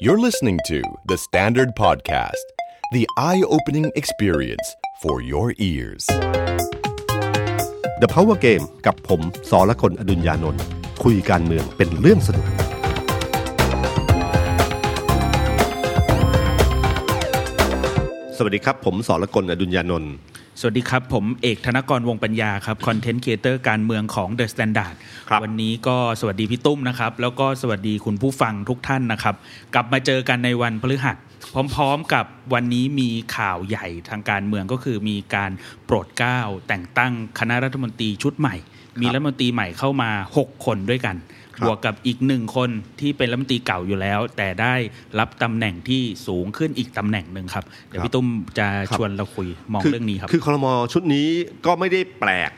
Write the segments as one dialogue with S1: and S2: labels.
S1: You're listening to The Standard Podcast, the eye opening experience for your ears.
S2: The Power Game กับผมสอละคนอดุญญานนท์คุยการเมืองเป็นเรื่องสนุก สวัสดีครับ ผมสอละคนอดุญญานนท์
S3: สวัสดีครับ ผมเอกธนกรวงปัญญาครับคอนเทนต์ครีเอเตอร์การเมืองของ The Standard
S2: ครับ
S3: วันนี้ก็สวัสดีพี่ตุ้มนะครับ แล้วก็สวัสดีคุณผู้ฟังทุกท่านนะครับ กลับมาเจอกันในวันพฤหัส พร้อมๆกับวันนี้มีข่าวใหญ่ทางการเมืองก็คือมีการโปรดเกล้าแต่งตั้งคณะรัฐมนตรีชุดใหม่ มีรัฐมนตรีใหม่เข้ามา 6 คนด้วยกัน
S2: ครับ
S3: บวกกับอีกหนึ่งคนที่เป็นรัฐมนตรีเก่าอยู่แล้ว แต่ได้รับตำแหน่งที่สูงขึ้นอีกตำแหน่งหนึ่งครับเดี๋ยวพี่ตุ้มจะชวนเราคุยมองเรื่องนี้ครับ
S2: คือคอรมอชุดนี้ก็ไม่ได้แปลก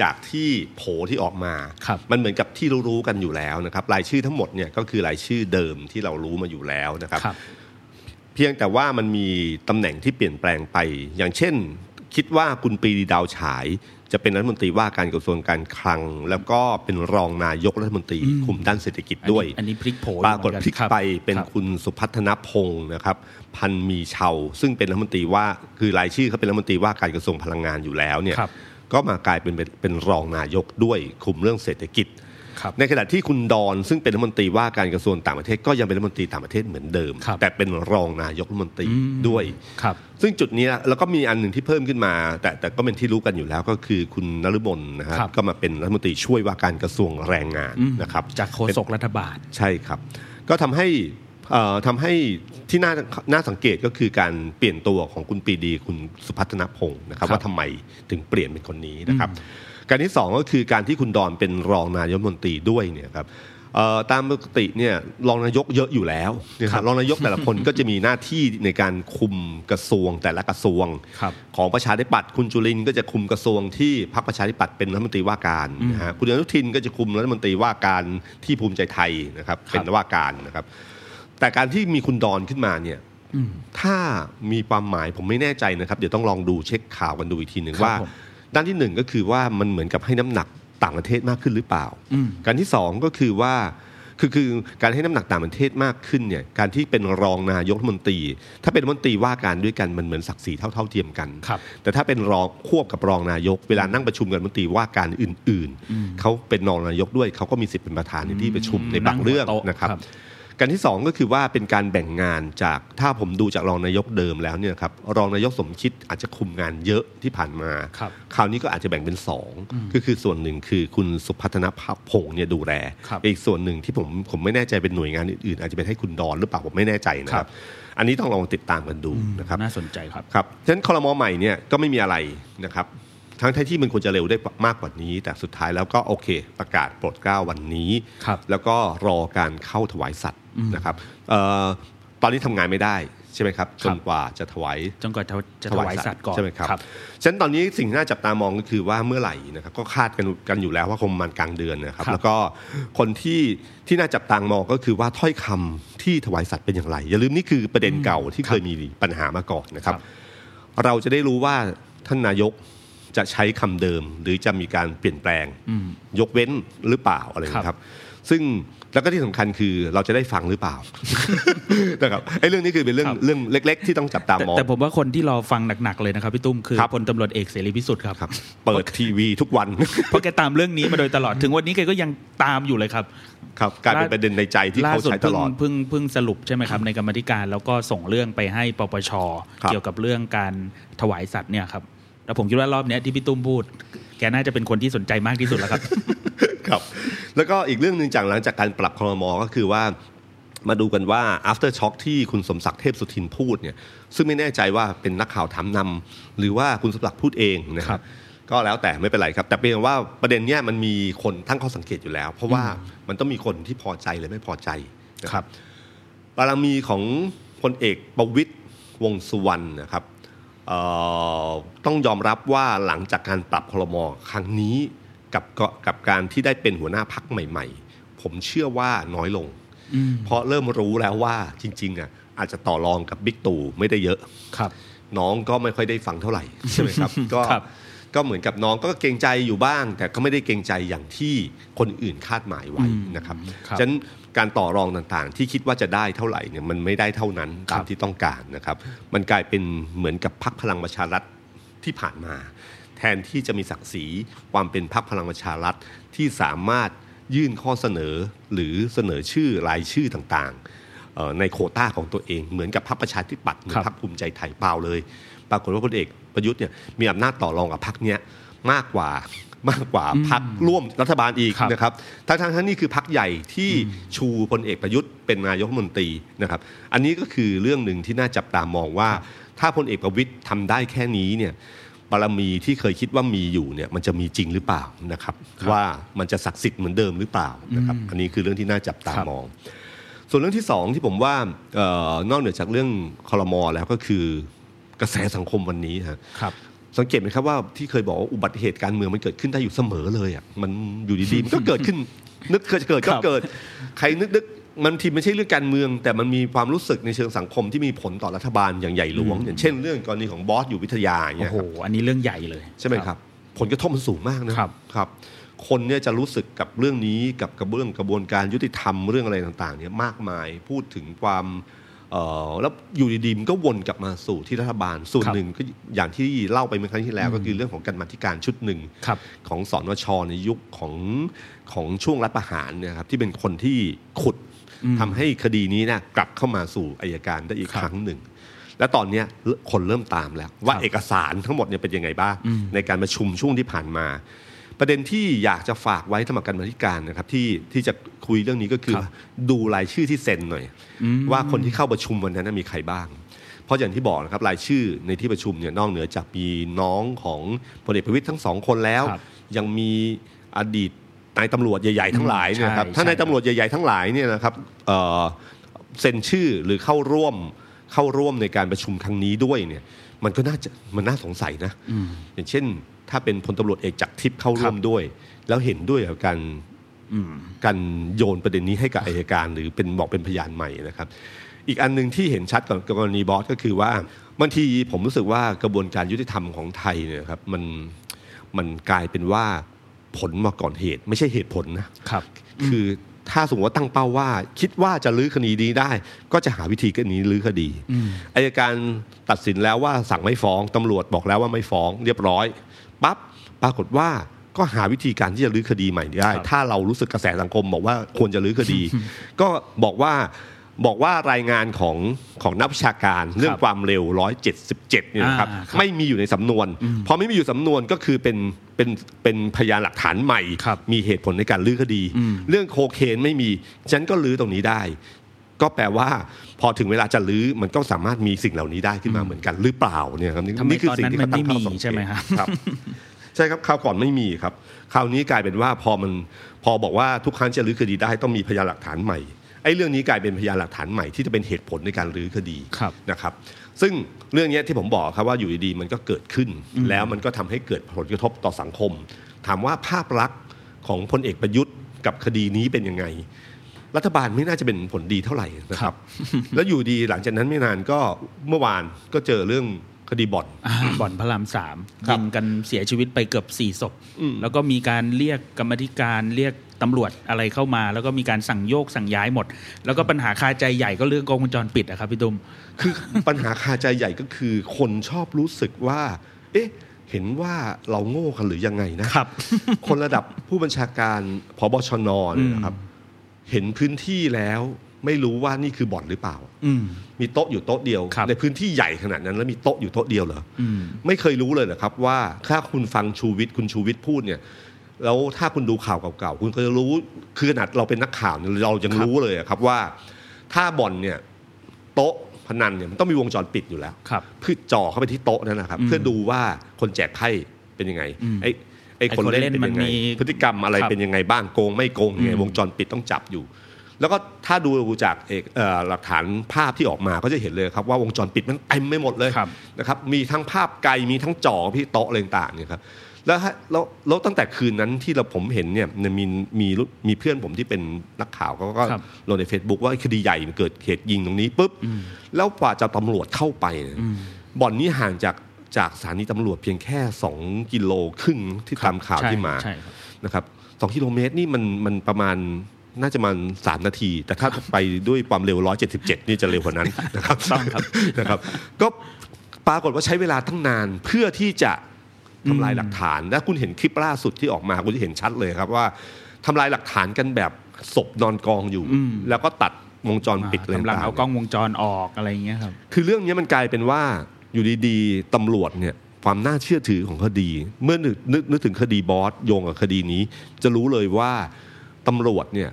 S2: จากที่โผที่ออกมา
S3: ครับ
S2: มันเหมือนกับที่รู้ๆกันอยู่แล้วนะครับ รายชื่อทั้งหมดเนี่ยก็คือรายชื่อเดิมที่เรารู้มาอยู่แล้วนะครับ
S3: ครับ
S2: เพียงแต่ว่ามันมีตำแหน่งที่เปลี่ยนแปลงไป อย่างเช่น คิดว่าคุณปรีดีดาวฉาย จะเป็นรัฐมนตรีว่าการกระทรวงการคลัง แล้วก็เป็นรองนายกรัฐมนตรีคุมด้านเศรษฐกิจด้วย
S3: อันนี้พลิกโผ
S2: ปรากฏพลิกไปเป็น
S3: รับ
S2: คุณสุพัฒนพงศ์นะครับ พันมีเชาซึ่งเป็นรัฐมนตรีว่าคือรายชื่อเขาเป็นรัฐมนตรีว่าการกระทรวงพลังงานอยู่แล้วเนี่ย
S3: ครับ
S2: ก็มากลายเป็นเป็นเป็นรองนายกด้วยคุมเรื่องเศรษฐกิจ
S3: ครับ
S2: ในขณะที่คุณดอนซึ่งเป็นรัฐมนตรีว่าการกระทรวงต่างประเทศก็ยังเป็นรัฐมนตรีต่างประเทศเหมือนเดิม
S3: ครับ
S2: แต่เป็นรองนายกรัฐมนตรีด้วย
S3: ครับ
S2: ซึ่งจุดนี้นะแล้วก็มีอันหนึ่งที่เพิ่มขึ้นมา แต่แต่ก็เป็นที่รู้กันอยู่แล้วก็คือคุณนฤมลนะฮะ
S3: ครับ
S2: ก็มาเป็นรัฐมนตรีช่วยว่าการกระทรวงแรงงานนะครับ
S3: จากโฆษกรัฐบาล
S2: ใช่ครับ ก็ทำให้เอ่อทำให้ที่น่าน่าสังเกตก็คือการเปลี่ยนตัวของคุณปรีดีคุณสุพัฒนพงศ์นะครับ
S3: ครับ
S2: ว่าทำไมถึงเปลี่ยนเป็นคนนี้นะครับ การที่สองก็คือการที่คุณดอนเป็นรองนายกรัฐมนตรีด้วยเนี่ยครับเอ่อตามปกติเนี่ยรองนายกเยอะอยู่แล้วนะครับรองนายกแต่ละคนก็จะมีหน้าที่ในการคุมกระทรวงแต่ละกระทรวง
S3: ครับ
S2: ของประชาธิปัตย์คุณจุลินทร์ก็จะคุมกระทรวงที่พรรคประชาธิปัตย์เป็นรัฐมนตรีว่าการนะฮะคุณอนุทินก็จะคุมรัฐมนตรีว่าการที่ภูมิใจไทยนะครับ
S3: ครับ
S2: เป็นว่าการนะครับ แต่การที่มีคุณดอนขึ้นมาเนี่ยถ้ามีความหมายผมไม่แน่ใจนะครับ เดี๋ยวต้องลองดูเช็คข่าวกันดูอีกทีหนึ่ง
S3: ครับ
S2: ว่า
S3: ผม
S2: ด้านที่หนึ่งก็คือว่ามันเหมือนกับให้น้ำหนักต่างประเทศมากขึ้นหรือเปล่า
S3: อืม
S2: การที่สองก็คือว่าคือคือการให้น้ำหนักต่างประเทศมากขึ้นเนี่ยการที่เป็นรองนายกรัฐมนตรี ถ้าเป็นรัฐมนตรีว่าการด้วยกันมันเหมือนศักดิ์ศรีเท่าเท่าเทียมกัน
S3: ครับ
S2: แต่ถ้าเป็นรองควบกับรองนายก เวลานั่งประชุมกันรัฐมนตรีว่าการอื่น ๆเขาเป็นรองนายกด้วยเขาก็มีสิทธิ์เป็นประธานในที่ประชุมในบางเรื่อง
S3: นั่งหัวโต๊ะ
S2: นะครับ
S3: ครับ
S2: การที่สองก็คือว่าเป็นการแบ่งงานจากถ้าผมดูจากรองนายกเดิมแล้วเนี่ยครับรองนายกสมคิดอาจจะคุมงานเยอะที่ผ่านมา
S3: ครับ
S2: คราวนี้ก็อาจจะแบ่งเป็นสองก็คือส่วนหนึ่งคือคุณสุพัฒนพงศ์เนี่ยดูแล
S3: ครับ
S2: อีกส่วนหนึ่งที่ผมผมไม่แน่ใจเป็นหน่วยงานอื่นๆอาจจะเป็นให้คุณดอนหรือเปล่าผมไม่แน่ใจนะครับ อันนี้ต้องลองติดตามกันดูนะครับ
S3: น่าสนใจครับ
S2: ครับฉะนั้นคอรมอใหม่เนี่ยก็ไม่มีอะไรนะครับ ทั้งที่มันควรจะเร็วได้มากกว่านี้ แต่สุดท้ายแล้วก็โอเค ประกาศโปรดเกล้าวันนี้
S3: ครับ
S2: แล้วก็รอการเข้าถวายสัตว์นะครับเอ่อตอนนี้ทำงานไม่ได้ใช่ไหมครับ
S3: ค
S2: จ
S3: รับ
S2: นกว่าจะถวาย
S3: จนกว่าจะจะถวายสัตว์ก่อน
S2: ใช่ไหมครับ
S3: ครับ
S2: ฉะนั้นตอนนี้สิ่งที่น่าจับตามองก็คือว่าเมื่อไหร่นะครับก็คาดกันกันอยู่แล้วว่าคงประมันกลางเดือนนะครับ
S3: ครับ
S2: แล้วก็คนที่ที่น่าจับตามองก็คือว่าถ้อยคำที่ถวายสัตว์เป็นอย่างไร อย่าลืมนี่คือประเด็นเก่าที่เคยมีปัญหามาก่อนนะครับ
S3: ครับ
S2: เราจะได้รู้ว่าท่านนายกจะใช้คำเดิม หรือจะมีการเปลี่ยนแปลงยกเว้นหรือเปล่าอะไรนะครับ ซึ่งแล้วก็ที่สำคัญคือเราจะได้ฟังหรือเปล่า นะครับไอ้เรื่องนี้คือเป็นเรื่อง
S3: ครับ
S2: เรื่องเล็ก ๆ ที่ต้องจับตา
S3: แต่
S2: มอง
S3: แต่ผมว่าคนที่รอฟังหนักๆเลยนะครับพี่ตุ้มคือ
S2: ครับ
S3: พลตำรวจเอกเสรีพิสุทธิ์ครับ
S2: ครับเปิดทีวีทุกวัน
S3: เพราะแกตามเรื่องนี้มาโดยตลอดถึงวันนี้แกก็ยังตามอยู่เลยครับ
S2: ครับกลายเป็น
S3: ล่า
S2: ประเด็นในใจที่
S3: ล่า
S2: เขา
S3: สุด
S2: ใช้ต
S3: เพิ่ง
S2: ลอด
S3: เพิ่งเพิ่งสรุปใช่ไหมครับในกรรมธิการแล้วก็ส่งเรื่องไปให้ปปช
S2: ครับ
S3: เกี่ยวกับเรื่องการถวายสัตว์เนี่ยครับแล้วผมคิดว่ารอบเนี้ยที่พี่ตุ้มพูด แกน่าจะเป็นคนที่สนใจมากที่สุดแล้วครับ
S2: ครับแล้วก็อีกเรื่องหนึ่งจากหลังจากการปรับครมก็คือว่ามาดูกันว่า after shock ที่คุณสมศักดิ์เทพสุทินพูดเนี่ยซึ่งไม่แน่ใจว่าเป็นนักข่าวถามนำหรือว่าคุณสมศักดิ์พูดเองนะค
S3: ครั
S2: รับบ ก็แล้วแต่ไม่เป็นไรครับ แต่เป็นว่าประเด็นเนี้ยมันมีคนตั้งข้อสังเกตอยู่แล้ว เพราะว่ามันต้องมีคนที่พอใจหรือไม่พอใจนะครับ บารมีของพลเอกประวิตยวงษ์สุวรรณนะครับเอ่อต้องยอมรับว่าหลังจากการปรับคลมครั้งนี้กับก็กับการที่ได้เป็นหัวหน้าพักใหม่ ๆ ผมเชื่อว่าน้อยลง เพราะเริ่มรู้แล้วว่าจริงๆอ่ะอาจจะต่อรองกับบิ๊กตู่ไม่ได้เยอะ
S3: ครับ
S2: น้องก็ไม่ค่อยได้ฟังเท่าไหร่ ใช่ไหมครับก็
S3: ครับ
S2: ก็เหมือนกับน้องก็เกรงใจอยู่บ้าง แต่ก็ไม่ได้เกรงใจอย่างที่คนอื่นคาดหมายไว้นะครับ
S3: ครับ
S2: ฉะนั้น การต่อรองต่างๆ ที่คิดว่าจะได้เท่าไหร่เนี่ยมันไม่ได้เท่านั้นตามที่ต้องการนะครับ มันกลายเป็นเหมือนกับพักพลังประชารัฐที่ผ่านมา แทนที่จะมีศักดิ์ศรีความเป็นพักพลังประชารัฐที่สามารถยื่นข้อเสนอหรือเสนอชื่อรายชื่อต่างๆเอ่อในโควต้าของตัวเองเหมือนกับพรรคประชาธิปัตย์เหมือ
S3: ค
S2: น
S3: รับ
S2: พรรคภูมิใจไทยเปล่าเลย ปรากฏว่าพลเอกประยุทธ์เนี่ยมีอำนาจต่อรองกับพรรคเนี้ยมากก ว่ามากกว่าพรรคร่วมรัฐบาลอีก
S3: ครับ
S2: นะครับทั้งๆทั้งนี่คือพรรคใหญ่ที่ชูพลเอกประยุทธ์เป็นนายกรัฐมนตรีนะครับ อันนี้ก็คือเรื่องหนึ่งที่น่าจับตามองว่า ถ้าพลเอกประวิตยทำได้แค่นี้เนี่ยบารมีที่เคยคิดว่ามีอยู่เนี่ยมันจะมีจริงหรือเปล่านะครับ ว่ามันจะศักดิ์สิทธิ์เหมือนเดิมหรือเปล่านะครับ อันนี้คือเรื่องที่น่าจับตา
S3: ครับ
S2: มอง ส่วนเรื่องที่สองที่ผมว่าเออนอกเหนือจากเรื่องคอรมอแล้วก็คือกระแสสังคมวันนี้ฮะ
S3: ครับ
S2: สังเกตไหมครับว่าที่เคยบอกว่าอุบัติเหตุการเมืองมันเกิดขึ้นได้อยู่เสมอเลยอ่ะมันอยู่ดีๆมันก็เกิดขึ้น นึกเกิดเกิดก็เกิด ใครนึกนึกมันทีไม่ใช่เรื่องการเมือง แต่มันมีความรู้สึกในเชิงสังคมที่มีผลต่อรัฐบาลอย่างใหญ่หลวง อย่างเช่นเรื่องกรณีของบอสอยู่วิทยาอย่าง
S3: โอ้
S2: เงี้ย
S3: โห
S2: ครับ
S3: อันนี้เรื่องใหญ่เลย
S2: ใช่ไหมครับ ผลกระทบมันสูงมากนะครับครับ คนเนี่ยจะรู้สึกกับเรื่องนี้กับกับเรื่องกระบวนการยุติธรรมเรื่องอะไรต่างๆเนี่ยมากมายพูดถึงความเอ่อแล้วอยู่ดีๆมันก็วนกลับมาสู่ที่รัฐบาลส่วน
S3: ครับ
S2: หนึ่งก็อย่างที่เล่าไปเมื่อครั้งที่แล้ว ก็คือเรื่องของการมาธิการชุดหนึ่ง
S3: ครับ
S2: ของสอนวชในยุคของของช่วงรัฐประหารเนยครับที่เป็นคนที่ขุด
S3: อืม
S2: ทำให้คดีนี้เนะกลับเข้ามาสู่อายการได้อีก
S3: ครับ
S2: ครั้งหนึ่ง และตอนเนี้ยคนเริ่มตามแล้ว ว่า
S3: ครับ
S2: เอกสารทั้งหมดเนี่ยเป็นยังไงบ้าง
S3: อืม
S2: ในการประชุมช่วงที่ผ่านมา ประเด็นที่อยากจะฝากไว้สำหรับการบรรณาธิการนะครับที่ที่จะคุยเรื่องนี้ก็คือ ดูรายชื่อที่เซ็นหน่อย ว่าคนที่เข้าประชุมวันนั้นนะมีใครบ้าง เพราะอย่างที่บอกนะครับรายชื่อในที่ประชุมเนี่ยนอกเหนือจากมีน้องของพลเอกประวิตยทั้งสองคนแล้ว
S3: ครับ
S2: ยังมีอดีตนายตำรวจใหญ่ๆทั้งหลายเนยนะครับ
S3: ใช่
S2: ถ้านายตำรวจใหญ่ๆทั้งหลายเนี่ยนะครับเอ่อเซ็นชื่อหรือเข้าร่วมเข้าร่วมในการประชุมครั้งนี้ด้วยเนี่ยมันก็น่าจะมันน่าสงสัยนะ อย่างเช่น ถ้าเป็นพลตำรวจเอกจากรทิพย์เข้าร่วมด้วย แล้วเห็นด้วยกับการ การโยนประเด็นนี้ให้กับอายการ หรือเป็นบอกเป็นพยานใหม่นะครับ อีกอันหนึ่งที่เห็นชัดกับกรณีบอสก็คือว่าบางทีผมรู้สึกว่ากระบวนการยุติธรรมของไทยเนี่ยครับมันมันกลายเป็นว่าผลมาก่อนเหตุ ไม่ใช่เหตุผลนะครับ คือถ้าสมมติว่าตั้งเป้าว่า คิดว่าจะลื้อคดีนี้ได้ ก็จะหาวิธีกันนี้ลื้อคดีอายการตัดสินแล้วว่าสั่งไม่ฟ้องตำรวจบอกแล้วว่าไม่ฟ้อง เรียบร้อยปั๊บปรากฏว่าก็หาวิธีการที่จะลื้อคดีใหม่ได้
S3: ครับ
S2: ถ้าเรารู้สึกกระแสสังคมบอกว่าควรจะรื้อคดี ก็บอกว่าบอกว่ารายงานของของนักวิชาการเรื่องความเร็ว 177เนี่ยนะครับ
S3: อ่าครับ
S2: ไม่มีอยู่ในสำนวนพอไม่มีอยู่สำนวนก็คือเป็นเป็นเป็นพยานหลักฐานใหม่
S3: ครับ
S2: มีเหตุผลในการรื้อคดี เรื่องโคเคนไม่มีฉันก็รื้อตรงนี้ได้ ก็แปลว่าพอถึงเวลาจะรื้อมันก็สามารถมีสิ่งเหล่านี้ได้ขึ้นมาเหมือนกันหรือเปล่าเนี่ยครับนี่
S3: ทำไม
S2: นี่คื
S3: ตอน
S2: สิ่ง
S3: นั้น
S2: ที่เขาตั้งข้อ
S3: มันไม่มี
S2: สังเกต
S3: ใช่ไหมครับ
S2: ครับ ใช่ครับคราวก่อนไม่มีครับคราวนี้กลายเป็นว่าพอมันพอบอกว่าทุกครั้งจะรื้อคดีได้ต้องมีพยานหลักฐานใหม่ไอ้เรื่องนี้กลายเป็นพยานหลักฐานใหม่ที่จะเป็นเหตุผลในการรื้อคดี
S3: ครับ
S2: นะครับ ซึ่งเรื่องเนี้ยที่ผมบอกครับว่าอยู่ดีๆมันก็เกิดขึ้น แล้วมันก็ทำให้เกิดผลกระทบต่อสังคม ถามว่าภาพลักษณ์ของพลเอกประยุทธ์กับคดีนี้เป็นยังไง รัฐบาลไม่น่าจะเป็นผลดีเท่าไหร่นะครับ แล้วอยู่ดีหลังจากนั้นไม่นานก็เมื่อวานก็เจอเรื่องคดีบ่อน
S3: อ่าบ่อนพระรามสาม
S2: ครับ
S3: ยิงกันเสียชีวิตไปเกือบสี่ศพ
S2: อืม
S3: แล้วก็มีการเรียกกรรมธิการเรียกตำรวจอะไรเข้ามา แล้วก็มีการสั่งโยกสั่งย้ายหมด แล้วก็ปัญหาคาใจใหญ่ก็เรื่องกล้องวงจรปิดอะครับพี่ตุ้ม
S2: คือปัญหาคาใจใหญ่ก็คือ คนชอบรู้สึกว่า เอ๊ะ เห็นว่าเราโง่กันหรือยังไงนะ
S3: ครับ
S2: คนระดับผู้บัญชาการพบชนเนี่ยนะครับ เห็นพื้นที่แล้วไม่รู้ว่านี่คือบ่อนหรือเปล่า
S3: อืม
S2: มีโต๊ะอยู่โต๊ะเดียว
S3: ครับ
S2: ในพื้นที่ใหญ่ขนาดนั้น แล้วมีโต๊ะอยู่โต๊ะเดียวเหรอ
S3: อืม
S2: ไม่เคยรู้เลยเหรอครับว่าถ้าคุณฟังชูวิทย์คุณชูวิทย์พูดเนี่ยแล้วถ้าคุณดูข่าวเก่าๆคุณก็จะรู้คือขนาดเราเป็นนักข่าวเนี่ยเรายังรู้เลยอะครับว่า ถ้าบ่อนเนี่ยโต๊ะพนันเนี่ยมันต้องมีวงจรปิดอยู่แล้ว
S3: ครับ
S2: เพื่อจ่อเข้าไปที่โต๊ะนั่นนะครับ เพื่อดูว่าคนแจกไพ่เป็นยังไง
S3: อืม
S2: ไอ้ไอ้คนเล่นเป็นยัง
S3: ไอ้คนเล่นมั
S2: ไง
S3: นมี
S2: พฤติกรรมอะไร
S3: ครับ
S2: เป็นยังไงบ้างโกงไม่โกงยังไงวงจรปิดต้องจับอยู่ แล้วก็ถ้าดูจากเอกเอ่อหลักฐานภาพที่ออกมาก็จะเห็นเลยครับว่าวงจรปิดมันเต็มไม่หมดเลย
S3: ครับ
S2: นะครับมีทั้งภาพไกลมีทั้งจ่อพี่โต๊ะอะไรต่างๆเนี่ยครับแล้วฮะแล้วแล้วตั้งแต่คืนนั้นที่เราผมเห็นเนี่ยเนี่ยมีมีรุ่นมีเพื่อนผมที่เป็นนักข่าวเขาก็
S3: ครับ
S2: ลงใน Facebook ว่าคดีใหญ่มันเกิดเหตุยิงตรงนี้ปุ๊บแล้วกว่าจะตำรวจเข้าไปเนี่ยบ่อนนี้ห่างจากจากสถานีตำรวจเพียงแค่ 2 กิโลครึ่งที่ตามข่าวที่มา
S3: ใช่ใช่ครับ
S2: นะครับสองกิโลเมตรนี่มันมันประมาณ น่าจะมันสามนาที แต่ถ้าไปด้วยความเร็ว 177 นี่จะเร็วก ว่านั้นนะครับ
S3: ต้องครับ
S2: นะครับ ก็ปรากฏว่าใช้เวลาตั้งนานเพื่อที่จะทำลายหลักฐาน และคุณเห็นคลิปล่าสุดที่ออกมาคุณจะเห็นชัดเลยครับว่าทำลายหลักฐานกันแบบศพนอนกองอยู่ แล้วก็ตัดวงจรปิดเลย
S3: กำลังเอากล้องวงจรออกอะไรอย่างเงี้ยครับ
S2: คือเรื่องนี้มันกลายเป็นว่าอยู่ดีๆตำรวจเนี่ยความน่าเชื่อถือของคดี เมื่อนึกนึกนึกถึงคดีบอสโยงกับคดีนี้ จะรู้เลยว่าตำรวจเนี่ย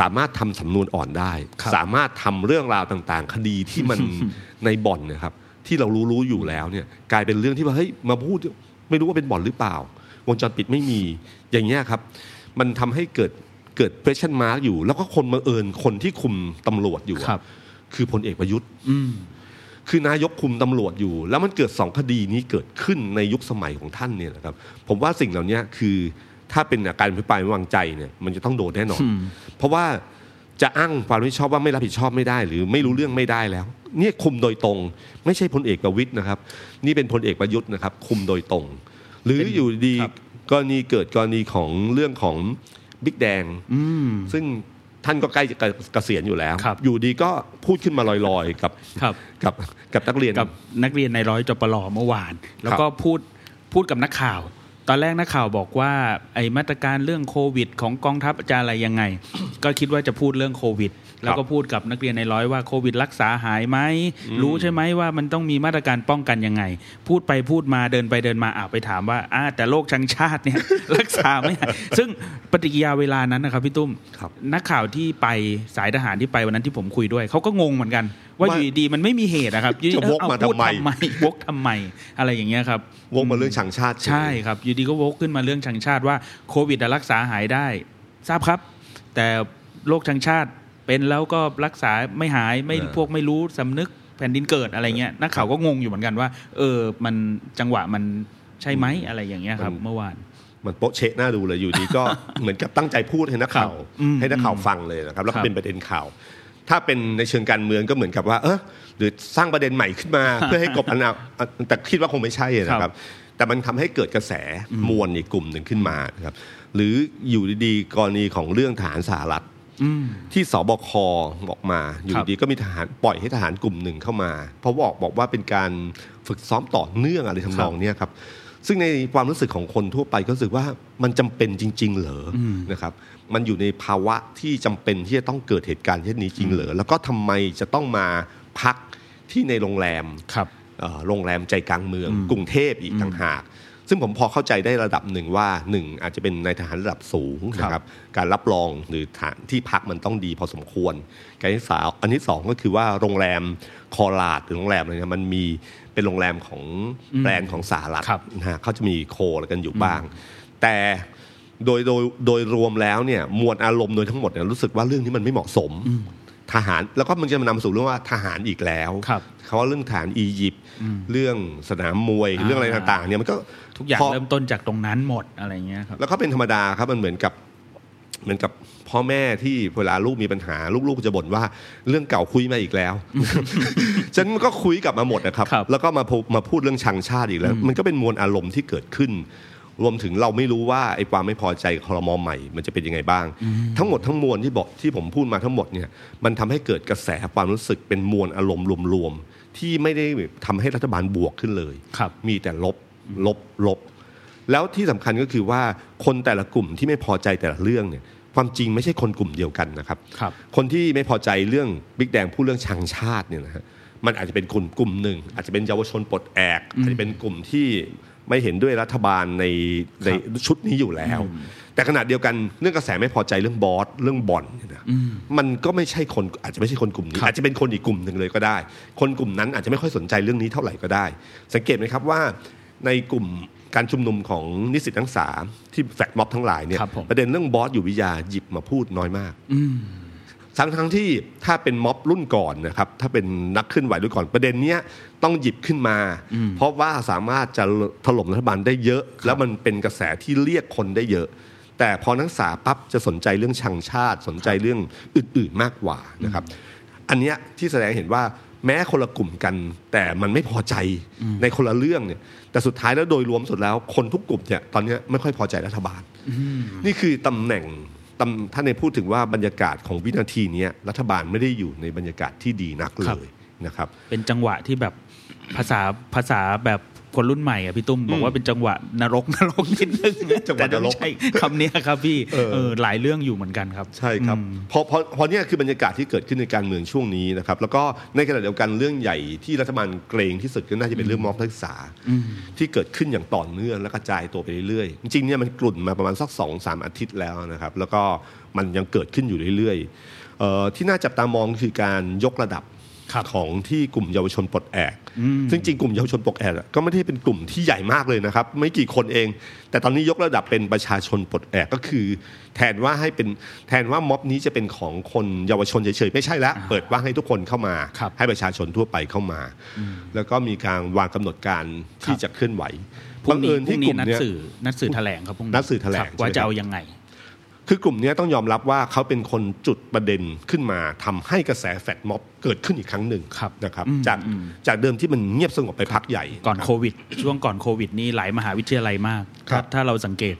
S2: สามารถทำสำนวนอ่อนได้
S3: ครับ
S2: สามารถทำเรื่องราวต่างๆ คดีที่ มัน ในบ่อนเนะครับที่เรารู้รู้อยู่แล้วเนี่ยกลายเป็นเรื่องที่ว่าเฮ้ยมาพูดไม่รู้ว่าเป็นบ่อนหรือเปล่าวงจรปิดไม่มีอย่างเงี้ยครับ มันทำให้เกิดเกิด question mark อยู่ แล้วก็คนบังเอิญคนที่คุมตำรวจอยู่อะ
S3: ครับ
S2: คือพลเอกประยุทธ
S3: อืม
S2: คือนายกคุมตำรวจอยู่ แล้วมันเกิดสองคดีนี้เกิดขึ้นในยุคสมัยของท่านเนี่ยนะครับ ผมว่าสิ่งเหล่านี้คือถ้าเป็นอาการพิปรายไม่วางใจเนี่ยมันจะต้องโดนแน่นอน
S3: อืม
S2: เพราะว่าจะอ้างความรับผิดชอบว่าไม่รับผิดชอบไม่ได้ หรือไม่รู้เรื่องไม่ได้แล้ว เนี่ยคุมโดยตรง ไม่ใช่พลเอกประวิตยนะครับ นี่เป็นพลเอกประยุทธ์นะครับ คุมโดยตรง หรืออยู่ดี
S3: ครับ
S2: กรณีเกิดกรณีของเรื่องของบิ๊กแดง
S3: อืม
S2: ซึ่งท่านก็ใกล้จะเกษียณอยู่แล้ว
S3: ครับ
S2: อยู่ดีก็พูดขึ้นมาลอยๆ กับ
S3: ครับ
S2: กับ กับนักเรียน
S3: กับนักเรียนในร้อยจปลอเมื่อวาน แล้วก็พูดพูดกับนักข่าว ตอนแรกนักข่าวบอกว่าไอมาตรการเรื่องโควิด ของกองทัพจะอะไรยังไง ก็คิดว่าจะพูดเรื่องโควิด แล้วก็พูดกับนักเรียนในร้อยว่าโควิด รักษาหายไหมรู้ใช่ไหมว่ามันต้องมีมาตรการป้องกันยังไง พูดไปพูดมาเดินไปเดินมาอ่าไปถามว่าอ่าแต่โรคชังชาติเนี่ย รักษาไม่หายซึ่งปฏิกิริยาเวลานั้นนะครับพี่ตุ้ม
S2: ครับ
S3: นักข่าวที่ไปสายทหารที่ไปวันนั้นที่ผมคุยด้วยเขาก็งงเหมือนกัน ว่าอยู่ดีๆมันไม่มีเหตุนะครับ
S2: จะวกมาทำไม
S3: เอพูดวกทำไม อะไรอย่างเงี้ยครับ
S2: วงมาเรื่องชังชาติ
S3: ใช่ครับ อยู่ดีก็วกขึ้นมาเรื่องชังชาติว่าโควิดอะรักษาหายได้ ทราบครับ แต่โรคชังชาติเป็นแล้วก็รักษาไม่หายไม่พวกไม่รู้สำนึกแผ่นดินเกิดอะไรเงี้ยนักข่าวก็งงอยู่เหมือนกันว่า เออมันจังหวะมันใช่ไหมอะไรอย่างเงี้ยครับ เมื่อวาน
S2: มันโป๊ะเชะหน้าดูเลยอยู่ดีก็ เหมื อนกับตั้งใจพูดให้นักข่าว
S3: อืม
S2: ให้นักข่าวฟังเลยนะครับแล้ว
S3: ครั
S2: ก็
S3: บ
S2: เป็นประเด็นข่าว ถ้าเป็นในเชิงการเมืองก็เหมือนกับว่า เออหรือสร้างประเด็นใหม่ขึ้นมา เพื่อให้กบอันเอาแต่คิดว่าคงไม่ใช่นะค
S3: ครั
S2: รับ
S3: บ
S2: แต่มันทำให้เกิดกระแสมวลอีกกลุ่มหนึ่งขึ้นมานะครับหรืออยู่ดีๆกรณีของเรื่องทหารสหรัฐ
S3: อืม
S2: ที่สบคออกมาอยู่
S3: ครับ
S2: ดีก็มีทหารปล่อยให้ทหารกลุ่มหนึ่งเข้ามา เพราะบอกบอกว่าเป็นการฝึกซ้อมต่อเนื่องอะไรทำนองเนี้ยครับ ซึ่งในความรู้สึกของคนทั่วไปก็รู้สึกว่ามันจำเป็นจริง ๆ เหรออ
S3: ม
S2: นะครับ มันอยู่ในภาวะที่จำเป็นที่จะต้องเกิดเหตุการณ์เช่นนี้จริงเหรอแล้วก็ทำไมจะต้องมาพักที่ในโรงแรม
S3: ครับ
S2: เอ่อโรงแรมใจกลางเมือง กรุงเทพอีกต่างหาก ซึ่งผมพอเข้าใจได้ระดับหนึ่งว่าหนึ่งอาจจะเป็นนายทหารระดับสูง
S3: ครับ
S2: นะครับการรับรองหรือฐานที่พักมันต้องดีพอสมควรการที่สาวอันที่สองก็คือว่าโรงแรมคอลาดหรือโรงแรมอะไรเนี่ยมันมีเป็นโรงแรมของแบรนด์ของสหรัฐ
S3: ครับ
S2: นะฮะเขาจะมีโคอะไรกันอยู่บ้าง แต่โดยโดยโดยรวมแล้วเนี่ยมวลอารมณ์โดยทั้งหมดเนี่ยรู้สึกว่าเรื่องนี้มันไม่เหมาะสม ทหารแล้วก็มันจะมานำสู่เรื่องว่าทหารอีกแล้ว
S3: ครับ
S2: เขาว่าเรื่องฐานอียิปต์เรื่องสนามมวย
S3: อ่า
S2: เรื่องอะไรต่างๆเนี่ยมันก็
S3: ทุกอย่าง
S2: พอ
S3: เริ่มต้นจากตรงนั้นหมดอะไรเงี้ยครับ
S2: แล้วก็เป็นธรรมดาครับมันเหมือนกับเหมือนกับพ่อแม่ที่เวลาลูกมีปัญหา ลูกๆจะบ่นว่าเรื่องเก่าคุยมาอีกแล้ว ฉะนันมันก็คุยกลับมาหมดนะครับ
S3: ครับ
S2: แล้วก็มาพูมาพูดเรื่องชังชาติอีกแล้ว มันก็เป็นมวลอารมณ์ที่เกิดขึ้น รวมถึงเราไม่รู้ว่าไอ้ความไม่พอใจครมอใหม่ มันจะเป็นยังไงบ้าง ทั้งหมดทั้งมวลที่บอกที่ผมพูดมาทั้งหมดเนี่ยมันทำให้เกิดกระแสความรู้สึกเป็นมวลอารมณ์รวมๆที่ไม่ได้ทำให้รัฐบาลบวกขึ้นเลย
S3: ครับ
S2: มีแต่ลบลบลบ แล้วที่สำคัญก็คือว่าคนแต่ละกลุ่มที่ไม่พอใจแต่ละเรื่องเนี่ยความจริงไม่ใช่คนกลุ่มเดียวกันนะครับ
S3: ครับ
S2: คนที่ไม่พอใจเรื่องบิ๊กแดงพูดเรื่องชังชาติเนี่ยนะฮะมันอาจจะเป็นกลุ่มกลุ่มหนึ่ง อาจจะเป็นเยาวชนปลดแอกอาจจะเป็นกลุ่มที่ไม่เห็นด้วยรัฐบาลในในชุดนี้อยู่แล้ว แต่ขณะเดียวกันเรื่องกระแสไม่พอใจเรื่องบอสเรื่องบ่อนเนี่ยนะมันก็ไม่ใช่คนอาจจะไม่ใช่คนกลุ่มนี้ อาจจะเป็นคนอีกกลุ่มหนึ่งเลยก็ได้ คนกลุ่มนั้นอาจจะไม่ค่อยสนใจเรื่องนี้เท่าไหร่ก็ได้ สังเกตไหมครับว่าในกลุ่มการชุมนุมของนิสิตนักศึกษาที่แฟดม็อบทั้งหลายเนี่ย
S3: ครับผม
S2: ประเด็นเรื่องบอสอยู่วิทยาหยิบมาพูดน้อยมาก
S3: อืม
S2: ทั้งทั้งที่ถ้าเป็นม็อบรุ่นก่อนนะครับถ้าเป็นนักเคลื่อนไหวรุ่นก่อนประเด็นเนี้ยต้องหยิบขึ้นมา เพราะว่าสามารถจะถล่มรัฐบาลได้เยอะ แล้วมันเป็นกระแสที่เรียกคนได้เยอะ แต่พอนักศึกษาปั๊บจะสนใจเรื่องชังชาติ สนใจเรื่องอื่นๆมากกว่านะครับ อันเนี้ยที่แสดงให้เห็นว่าแม้คนละกลุ่มกัน แต่มันไม่พอใจในคนละเรื่องเนี่ยแต่สุดท้ายแล้วโดยรวมสุดแล้วคนทุกกลุ่มเนี่ยตอนเนี้ยไม่ค่อยพอใจรัฐบาล นี่คือตำแหน่ง ตำท่านในพูดถึงว่าบรรยากาศของวินาทีเนี้ยรัฐบาลไม่ได้อยู่ในบรรยากาศที่ดีนักเล
S3: ครับ
S2: ยนะครับ
S3: เป็นจังหวะที่แบบภาษาภาษาแบบคนรุ่นใหม่อ่ะพี่ตุ้มบอกว่าเป็นจังหวะนรก นรกนิดนึง
S2: จังหวะ
S3: แต่ต้อง
S2: นรก
S3: ใช้ คำเนี้ยครับพี่
S2: เออ
S3: เออหลายเรื่องอยู่เหมือนกันครับ
S2: ใช่ครับ
S3: อืม
S2: เพราะเพราะเพราะเนี่ยคือบรรยากาศที่เกิดขึ้นในการเมืองช่วงนี้นะครับ แล้วก็ในขณะเดียวกันเรื่องใหญ่ที่รัฐบาลเกรงที่สุดก็น่าจะเป็นเรื่องม็อบนักศึกษาที่เกิดขึ้นอย่างต่อเนื่องและกระจายตัวไปเรื่อยๆจริงๆเนี่ยมันกลุ่นมาประมาณสักสองสามอาทิตย์แล้วนะครับ แล้วก็มันยังเกิดขึ้นอยู่เรื่อยๆเอ่อที่น่าจับตามองคือการยกระดับ
S3: ครับ
S2: ของที่กลุ่มเยาวชนปลดแอกซึ่งจริงกลุ่มเยาวชนปลดแอกอะก็ไม่ได้เป็นกลุ่มที่ใหญ่มากเลยนะครับ ไม่กี่คนเอง แต่ตอนนี้ยกระดับเป็นประชาชนปลดแอกก็คือ แทนว่าให้เป็นแทนว่าม็อบนี้จะเป็นของคนเยาวชนเฉยๆไม่ใช่แล้วเปิดว่างให้ทุกคนเข้ามา
S3: ครับ
S2: ให้ประชาชนทั่วไปเข้ามา แล้วก็มีการวางกำหนดการที่จะเคลื่อนไหว
S3: พรุ่ง
S2: บัง
S3: นี้
S2: เอิญ
S3: พรุ่
S2: ที่ก
S3: งนี้
S2: ลุ่ม
S3: นัด
S2: เนี้ย
S3: สื่อนัดสื่อแถลงครับพรุ่งนี้
S2: นัดสื่อแถลง
S3: ครับว่า
S2: ใช่ไหม
S3: จะเอายังไง
S2: คือกลุ่มเนี้ยต้องยอมรับว่าเขาเป็นคนจุดประเด็นขึ้นมาทำให้กระแสแฟดม็อบเกิดขึ้นอีกครั้งหนึ่ง
S3: ครับ
S2: นะครับ
S3: อืม
S2: จาก
S3: อืม
S2: จากเดิมที่มันเงียบสงบไปพักใหญ่
S3: ก่อนะครับ โควิด ช่วงก่อนโควิดนี่หลายมหาวิทยาลัยมาก
S2: ครับ
S3: ถ้าเราสังเกต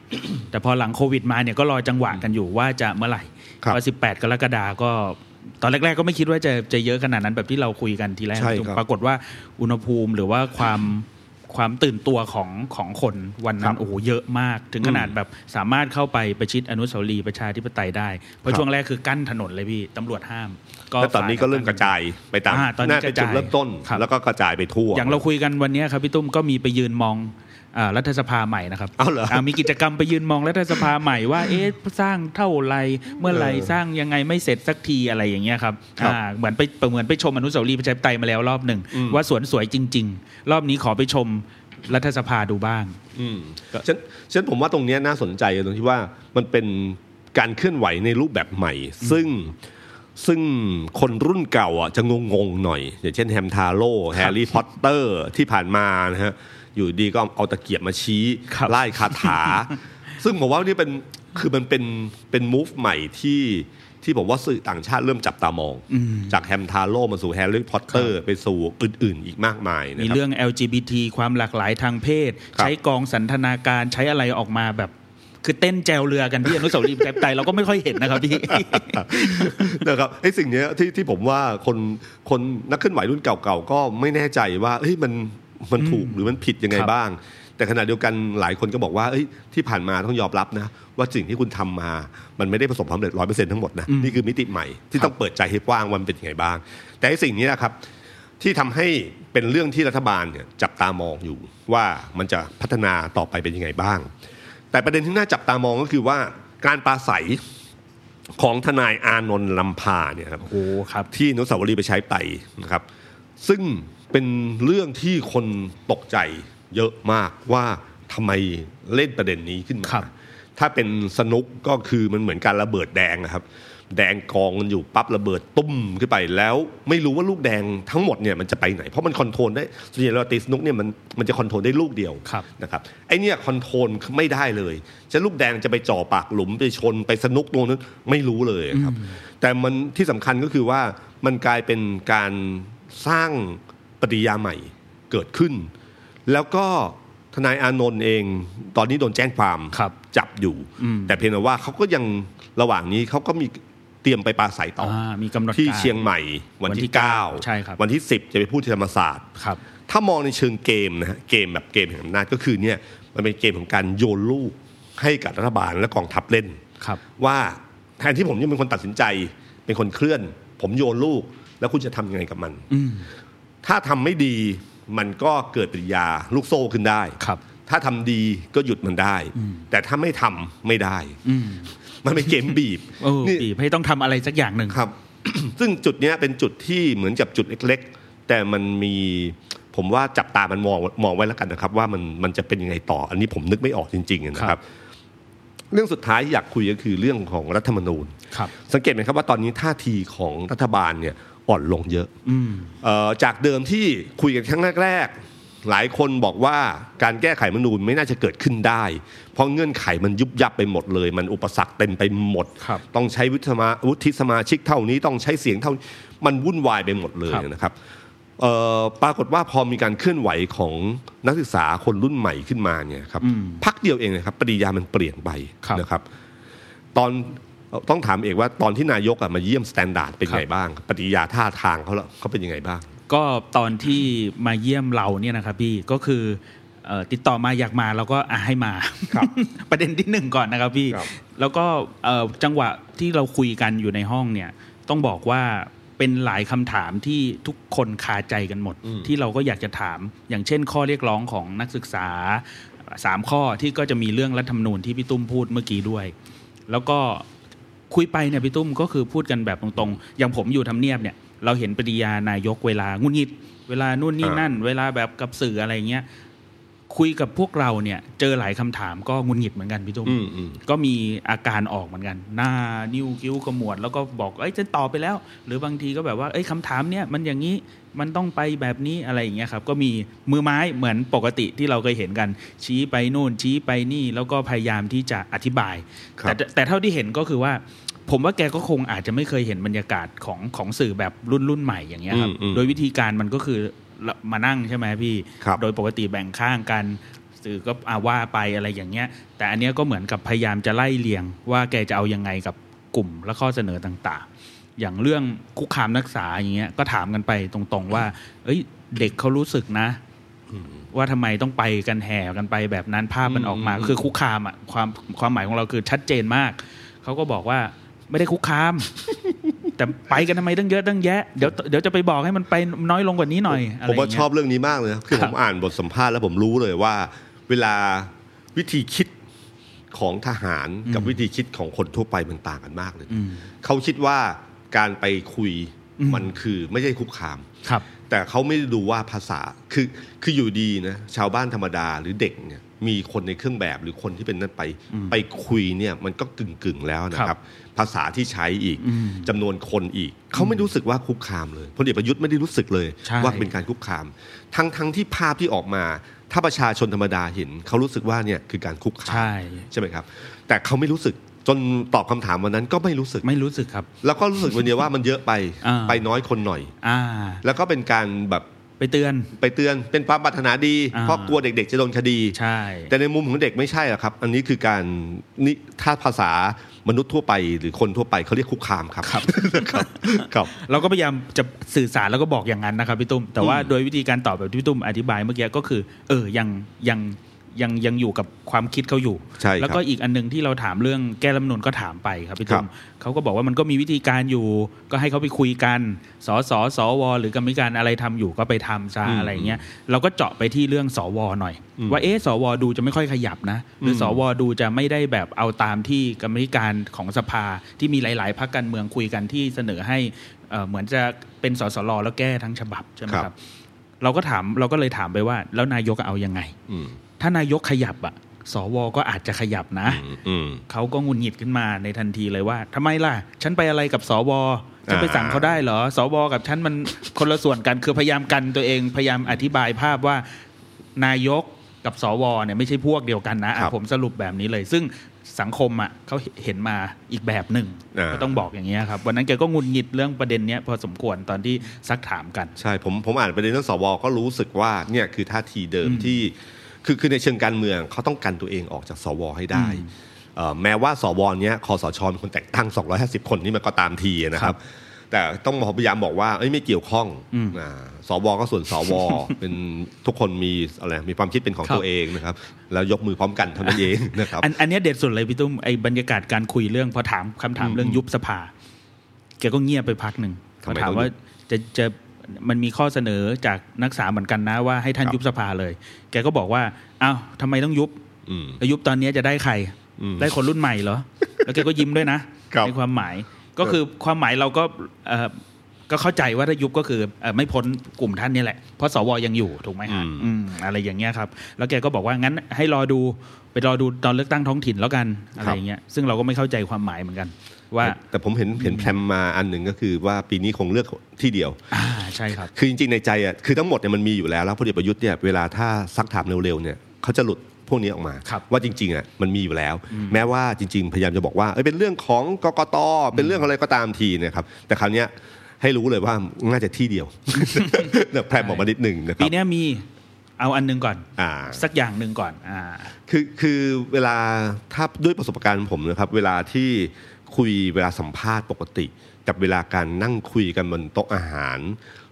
S3: แต่พอหลังโควิดมาเนี่ยก็รอจังหวะกันอยู่ว่าจะเมื่อไหร่
S2: ครับ
S3: พอ18 กรกฎาก็ตอนแรก ๆ ก็ไม่คิดว่าจะจะเยอะขนาดนั้นแบบที่เราคุยกันทีแรก
S2: ใช่ครับ
S3: ปรากฏว่าอุณหภูมิหรือว่าความความตื่นตัวของของคนวันนั้
S2: ครั
S3: น
S2: บ
S3: โอ้โหเยอะมาก ถึงขนาดแบบสามารถเข้าไปประชิดอนุสาวรีย์ประชาธิปไตยได้เพราะ
S2: ครับ
S3: ช่วงแรกคือกั้นถนนเลยพี่ตำรวจห้าม
S2: แล้วตอนนี้ก็เริ่มกระจายไปตาม
S3: อ่าตอนนี้
S2: น่าเป็นจุด
S3: กระจาย
S2: เริ่มต้น
S3: ครับ
S2: แล้วก็กระจายไปทั่ว
S3: อย่างเราคุยกันวันเนี้ยครับพี่ตุ้มก็มีไปยืนมองเอ่อรัฐสภาใหม่นะครับ
S2: เอาเหรอ
S3: มีกิจกรรมไปยืนมองรัฐสภาใหม่ ว่า เอ๊ะสร้างเท่าไหรเมื่อไหร
S2: เออ
S3: สร้างยังไงไม่เสร็จสักทีอะไรอย่างเงี้ยครับ
S2: ครับ
S3: อ่าเหมือนไปเหมือนไปชมอนุสาวรีย์ประชาธิปไตยมาแล้วรอบหนึ่ง
S2: อืม
S3: ว่าสวนสวยจริง ๆ รอบนี้ขอไปชมรัฐสภาดูบ้าง
S2: อืมฉะนันฉะนันผมว่าตรงเนี้ยน่าสนใจตรงที่ว่ามันเป็นการเคลื่อนไหวในรูปแบบใหม่ ซึ่งซึ่งคนรุ่นเก่าอ่ะจะงงๆหน่อย อย่างเช่นแฮมทาโร่แฮร์รี่พอตเตอร์ที่ผ่านมานะฮะอยู่ดีก็เอาตะเกียบมาชี้
S3: ครับ
S2: ไล่คา ถา ซึ่งผมว่านี่เป็นคือมันเป็นเป็นมูฟใหม่ที่ที่ผมว่าสื่อต่างชาติเริ่มจับตามอง จากแฮมทาโร่มาสู่แฮร์รี่พอตเตอร์ไปสู่อื่นๆ อีกมากมายนะ
S3: มี
S2: ครับ
S3: เรื่อง LGBT ความหลากหลายทางเพศ
S2: ครับ
S3: ใช้กองสันทนาการใช้อะไรออกมาแบบ คือเต้นแจวเรือกันที่อนุสาวรีย์ประชาธิปไตยเราก็ไม่ค่อยเห็นนะครับพี่
S2: นะครับไอ้สิ่งเนี้ยที่ที่ผมว่าคนคนนักเคลื่อนไหวรุ่นเก่าๆก็ไม่แน่ใจว่าเฮ้ยมันมันถูกหรือมันผิดยังไง
S3: ครับ
S2: บ้าง แต่ขณะเดียวกันหลายคนก็บอกว่าเอ้ยที่ผ่านมาต้องยอมรับนะว่าสิ่งที่คุณทำมา มันไม่ได้ประสบความสำเร็จร้อยเปอร์เซ็นต์ทั้งหมดนะนี่คือมิติใหม่ที่ต้องเปิดใจให้กว้างว่ามันเป็นยังไงบ้าง แต่ไอ้สิ่งนี้นะครับ ที่ทำให้เป็นเรื่องที่รัฐบาลเนี่ยจับตามองอยู่ว่ามันจะพัฒนาต่อไปเป็นยังไงบ้าง แต่ประเด็นที่น่าจับตามองก็คือว่าการปราศัยของทนายอานนท์ลำพาเนี่ยครับ
S3: โอ้โหครับ
S2: ที่อนุสาวรีย์ไปใช้ไตนะครับ ซึ่งเป็นเรื่องที่คนตกใจเยอะมากว่าทำไมเล่นประเด็นนี้ขึ้นมา
S3: ครับ
S2: ถ้าเป็นสนุกก็คือมันเหมือนการระเบิดแดงนะครับ แดงกองกันอยู่ปั๊บระเบิดตุ้มขึ้นไปแล้ว ไม่รู้ว่าลูกแดงทั้งหมดเนี่ยมันจะไปไหน เพราะมันคอนโทรลได้ส่วนใหญ่เราตีสนุกเนี่ยมันมันจะคอนโทรลได้ลูกเดียว
S3: ครับ
S2: นะครับไอเนี่ยคอนโทรลไม่ได้เลยจะลูกแดงจะไปจ่อปากหลุมไปชนไปสนุกตรงนั้นไม่รู้เลยครับ แต่มันที่สำคัญก็คือว่ามันกลายเป็นการสร้างปฏิยาใหม่เกิดขึ้น แล้วก็ทนายอานนท์เอง ตอนนี้โดนแจ้งความ
S3: ครับ
S2: จับอยู่ แต่เพียงแต่ว่าเขาก็ยังระหว่างนี้เขาก็มีเตรียมไปปราศัยต่ออา
S3: มีกำหนดการ
S2: ที่เชียงใหม่วัน
S3: วันที่
S2: ที่
S3: เก้า
S2: 9
S3: ใช่ครับ
S2: วันที่ 10 จะไปพูดที่ธรรมศาสตร์
S3: ครับ
S2: ถ้ามองในเชิงเกมนะฮะเกมแบบเกมแห่งอำนาจก็คือเนี่ยมันเป็นเกมของการโยนลูกให้กับรัฐบาลและกองทัพเล่น
S3: ครับ
S2: ว่าแทนที่ผมจะเป็นคนตัดสินใจ เป็นคนเคลื่อน ผมโยนลูกแล้วคุณจะทำยังไงกับมัน
S3: อืม
S2: ถ้าทำไม่ดีมันก็เกิดปฏิกิริยาลูกโซ่ขึ้นได้
S3: ครับ
S2: ถ้าทำดีก็หยุดมันได้ แต่ถ้าไม่ทำไม่ได้
S3: อืม
S2: มันเป็นเกมบีบ
S3: โอ้
S2: นี่
S3: บีบให้ต้องทำอะไรสักอย่างหนึ่ง
S2: ครับ ซึ่งจุดเนี้ยเป็นจุดที่เหมือนกับจุดเล็กๆ แต่มันมีผมว่าจับตามันมองมองไว้แล้วกันนะครับ ว่ามันมันจะเป็นยังไงต่อ อันนี้ผมนึกไม่ออกจริงๆนะค
S3: ครั
S2: รับ
S3: บ
S2: เรื่องสุดท้ายที่อยากคุยก็คือเรื่องของรัฐธรรมนูญ
S3: ครับ
S2: สังเกตไหมครับว่าตอนนี้ท่าทีของรัฐบาลเนี่ยอ่อนลงเยอะ
S3: อืม
S2: เอ่อจากเดิมที่คุยกันครั้งแรกๆ หลายคนบอกว่าการแก้ไขรัฐธรรมนูญไม่น่าจะเกิดขึ้นได้ เพราะเงื่อนไขมันยุบยับไปหมดเลย มันอุปสรรคเต็มไปหมด
S3: ครับ
S2: ต้องใช้วุฒิสมาวุฒิสมาชิกเท่านี้ต้องใช้เสียงเท่านี้มันวุ่นวายไปหมดเลย
S3: ครับ
S2: นะครับเอ่อปรากฏว่าพอมีการเคลื่อนไหวของนักศึกษาคนรุ่นใหม่ขึ้นมาเนี่ยครับ
S3: อืม
S2: พักเดียวเองนะครับปฏิยามันเปลี่ยนไป
S3: ครับ
S2: นะครับ ตอน ต้องถามเอกว่าตอนที่นายกอะมาเยี่ยมสแตนดาร์ดเป็นไงบ้าง ปฏิกิริยาท่าทางเขาละเขาเป็นยังไงบ้าง
S3: ก็ตอนที่มาเยี่ยมเราเนี่ยนะครับพี่ก็คือเอ่อติดต่อมาอยากมาเราก็อ่ะให้มา ประเด็นที่หนึ่งก่อนนะครับพี่
S2: ครับ
S3: แล้วก็เอ่อจังหวะที่เราคุยกันอยู่ในห้องเนี่ยต้องบอกว่าเป็นหลายคำถามที่ทุกคนคาใจกันหมด ที่เราก็อยากจะถามอย่างเช่น ข้อเรียกร้องของนักศึกษาสามข้อที่ก็จะมีเรื่องรัฐธรรมนูญที่พี่ตุ้มพูดเมื่อกี้ด้วย แล้วก็คุยไปเนี่ยพี่ตุ้มก็คือพูดกันแบบตรงๆ อย่างผมอยู่ทำเนียบเนี่ย เราเห็นปฏิยานายกเวลางุนงิด เวลานู่นนี่นั่น เวลาแบบกับสื่ออะไรเงี้ยคุยกับพวกเราเนี่ย เจอหลายคำถามก็งุนงิดเหมือนกันพี่ตุ้ม
S2: อืมอืม
S3: ก็มีอาการออกเหมือนกัน หน้านิ้วคิ้วขมวด แล้วก็บอกเอ้ยจะตอบไปแล้ว หรือบางทีก็แบบว่าเอ้ยคำถามเนี่ยมันอย่างนี้มันต้องไปแบบนี้อะไรอย่างเงี้ยครับ ก็มีมือไม้เหมือนปกติที่เราเคยเห็นกัน ชี้ไปโน่นชี้ไปนี่ แล้วก็พยายามที่จะอธิบาย
S2: ครับ
S3: แต่แต่เท่าที่เห็นก็คือว่า ผมว่าแกก็คงอาจจะไม่เคยเห็นบรรยากาศของของสื่อแบบรุ่นรุ่นใหม่อย่างเงี้ยครับ
S2: อืมอืม
S3: โดยวิธีการมันก็คือละมานั่งใช่ไหมพี่
S2: ครับ
S3: โดยปกติแบ่งข้างกัน สื่อก็อาว่าไปอะไรอย่างเงี้ย แต่อันเนี้ยก็เหมือนกับพยายามจะไล่เลียง ว่าแกจะเอายังไงกับกลุ่มและข้อเสนอต่างๆ อย่างเรื่องคุกคามนักศึกษาอย่างเงี้ยก็ถามกันไปตรงๆว่า เอ้ย เด็กเขารู้สึกนะ ว่าทำไมต้องไปกันแห่กันไปแบบนั้นภาพมันออกมา
S2: อืม
S3: ก็คือคุกคามอ่ะความความหมายของเราคือชัดเจนมาก เขาก็บอกว่าไม่ได้คุก คาม แต่ไปกันทำไมตั้งเยอะตั้งแยะเดี๋ยวเดี๋ยวจะไปบอกให้มันไปน้อยลงกว่านี้หน่อยะไร
S2: ผม
S3: ย่งเงี้ย
S2: ว่าชอบเรื่องนี้มากเลยนะคือ
S3: ค
S2: ผ
S3: รับ
S2: มอ่านบทสัมภาษณ์แล้วผมรู้เลยว่า เวลาวิธีคิดของทหารกับ
S3: อืม
S2: วิธีคิดของคนทั่วไปมันต่างกันมากเลย
S3: อืม
S2: เขาคิดว่าการไปคุย
S3: อืม
S2: มันคือไม่ใช่คุกคาม
S3: ครับ
S2: แต่เขาไม่ได้ดูว่าภาษาคือคืออยู่ดีนะชาวบ้านธรรมดาหรือเด็กเนี่ยมีคนในเครื่องแบบหรือคนที่เป็นนั่นไป ไปคุยเนี่ยมันก็กึ่งกึ่งๆแล้วนะค
S3: ครั
S2: รั
S3: บบ
S2: ภาษาที่ใช้อีก
S3: อืม
S2: จำนวนคนอีก เขาไม่รู้สึกว่าคุกคามเลยพลเอกประยุทธ์ไม่ได้รู้สึกเลย
S3: ใช่
S2: ว่าเป็นการคุกคาม ทั้งทั้งที่ภาพที่ออกมา ถ้าประชาชนธรรมดาเห็น เขารู้สึกว่าเนี่ยคือการคุกคาม
S3: ใช่
S2: ใช่ไหมครับ แต่เขาไม่รู้สึกจนตอบคำถามวันนั้นก็ไม่รู้สึก
S3: ไม่รู้สึกครับ
S2: แล้วก็รู้สึกวันเดียวว่ามันเยอะไป
S3: อ่า
S2: ไปน้อยคนหน่อย
S3: อ่า
S2: แล้วก็เป็นการแบบ
S3: ไปเตือน
S2: ไปเตือนเป็นความปรารถนาดี
S3: อ่า
S2: เพราะกลัวเด็กๆ จะโดนคดี
S3: ใช่
S2: แต่ในมุมของเด็กไม่ใช่หรอกครับ อันนี้คือการนี่ถ้าภาษามนุษย์ทั่วไป หรือคนทั่วไปเขาเรียกคุกคามครับครับ ครับ
S3: เราก็พยายามจะสื่อสารแล้วก็บอกอย่างนั้นนะครับพี่ตุ้ม แต่ว่า
S2: อืม
S3: โดยวิธีการตอบแบบที่พี่ตุ้มอธิบายเมื่อกี้ก็คือ เออยังยังยังยังอยู่กับความคิดเขาอยู่
S2: ใช่ครับ
S3: แล้วก็อีกอันหนึงที่เราถามเรื่องแก้รัฐธรรมนุนก็ถามไปครับพี่ตุ้
S2: ค
S3: ม
S2: รับ
S3: เขาก็บอกว่ามันก็มีวิธีการอยู่ ก็ให้เขาไปคุยกันสสสวหรือกรรมธิการอะไรทำอยู่ก็ไปทำซะ
S2: อืม
S3: อะไรเงี้ยเราก็เจาะไปที่เรื่องสวหน่อย ว่าเอ๊ะสวดูจะไม่ค่อยขยับนะ หรืออ
S2: ม
S3: สวดูจะไม่ได้แบบเอาตามที่กรรมธิการของสภาที่มีหลาย ๆพรรคการเมืองคุยกันที่เสนอให้ เอ่อเหมือนจะเป็นสสลแล้วแก้ทั้งฉบับใช่ไหม
S2: ค
S3: ค
S2: รั
S3: รับ
S2: บ
S3: เราก็ถามเราก็เลยถามไปว่า แล้วนายกเอายังไง
S2: อืม
S3: ถ้านายกขยับอ่ะ สวก็อาจจะขยับนะ
S2: อืม
S3: เขาก็หงุนหงิดขึ้นมาในทันทีเลยว่าทำไมล่ะ ฉันไปอะไรกับสวฉันไปสั่งเขาได้เหรอสวกับฉันมัน คนละส่วนกันคือพยายามกันตัวเองพยายามอธิบายภาพว่านายกกับสวเนี่ยไม่ใช่พวกเดียวกันนะอ่ะ
S2: ครับ
S3: ผมสรุปแบบนี้เลย ซึ่งสังคมอ่ะเขาเห็นมาอีกแบบหนึ่ง
S2: อ่า
S3: ก็ต้องบอกอย่างเงี้ยครับวันนั้นแกก็หงุนหงิดเรื่องประเด็นเนี้ยพอสมควรตอนที่ซักถามกัน
S2: ใช่ผมผมอ่านประเด็นเรื่องสวก็รู้สึกว่าเนี่ยคือท่าทีเดิมที่คือคือในเชิงการเมืองเขาต้องกันตัวเองออกจากสวให้ได้เอ่อแม้ว่าสวเนี้ยคอสชเป็นคนแต่งตั้ง 250 คนนี่มันก็ตามทีนะค
S3: ครั
S2: รับ บ แต่ต้องพยายามบอกว่าเอ้ยไม่เกี่ยวข้องอ่าสวก็ส่วนสว เป็นทุกคนมีอะไรมีความคิดเป็นของตัวเองนะครับแล้วยกมือพร้อมกันเท่านั้นเองนะครับ
S3: อันอันเนี้ยเด็ดสุดเลยพี่ตุ้มไอ้บรรยากาศการคุยเรื่องพอถามคำถามเรื่องยุบสภา แกก็เงียบไปพักหนึ่งพ
S2: ทำ
S3: อ
S2: ไม
S3: ถามว่าจะจะมันมีข้อเสนอจากนักศึกษาเหมือนกันนะว่าให้ท่าน
S2: ครับ
S3: ยุบสภาเลย แกก็บอกว่าอ้าวทำไมต้องยุบ
S2: อืม
S3: แล้วยุบตอนเนี้ยจะได้ใคร
S2: อืม
S3: ได้คนรุ่นใหม่เหรอ แล้วแกก็ยิ้มด้วยนะครับ ในความหมายก็คือความหมายเราก็เอ่อก็เข้าใจว่าถ้ายุบก็คือเอ่อไม่พ้นกลุ่มท่านเนี่ยแหละเพราะสวยังอยู่ถูกไหมฮะ
S2: อืม
S3: อืมอะไรอย่างเงี้ยครับ แล้วแกก็บอกว่างั้นให้รอดูไปรอดูตอนเลือกตั้งท้องถิ่นแล้วกันอะไรอย่างเงี้ย ซึ่งเราก็ไม่เข้าใจความหมายเหมือนกัน ว่า
S2: แต่แต่ผมเห็นเห็นแพรมมาอันหนึ่งก็คือว่าปีนี้คงเลือกที่เดียว
S3: อ่าใช่ครับ
S2: คือจริงๆในใจอ่ะคือทั้งหมดเนี่ยมันมีอยู่แล้วแล้วพลเอกประยุทธ์เนี่ยเวลาถ้าซักถามเร็วๆเนี่ยเขาจะหลุดพวกนี้ออกมา
S3: ครับ
S2: ว่าจริงๆอ่ะมันมีอยู่แล้ว แม้ว่าจริง ๆ พยายามจะบอกว่าเอ้ยเป็นเรื่องของกกตเป็นเรื่องอะไรก็ตามทีเนะครับแต่คราวเนี้ยให้รู้เลยว่าน่าจะที่เดียว เนี่ยแพรมออกมานิดหนึ่งนะค
S3: ปี
S2: รับ
S3: เนี้ยมีเอาอันหนึงก่อน
S2: อ่า
S3: สักอย่างหนึ่งก่อน อ่า
S2: คือคือเวลาถ้าด้วยประสบการณ์ของผมนะครับ เวลาที่ คุยเวลาสัมภาษณ์ปกติ กับเวลาการนั่งคุยกันบนโต๊ะอาหาร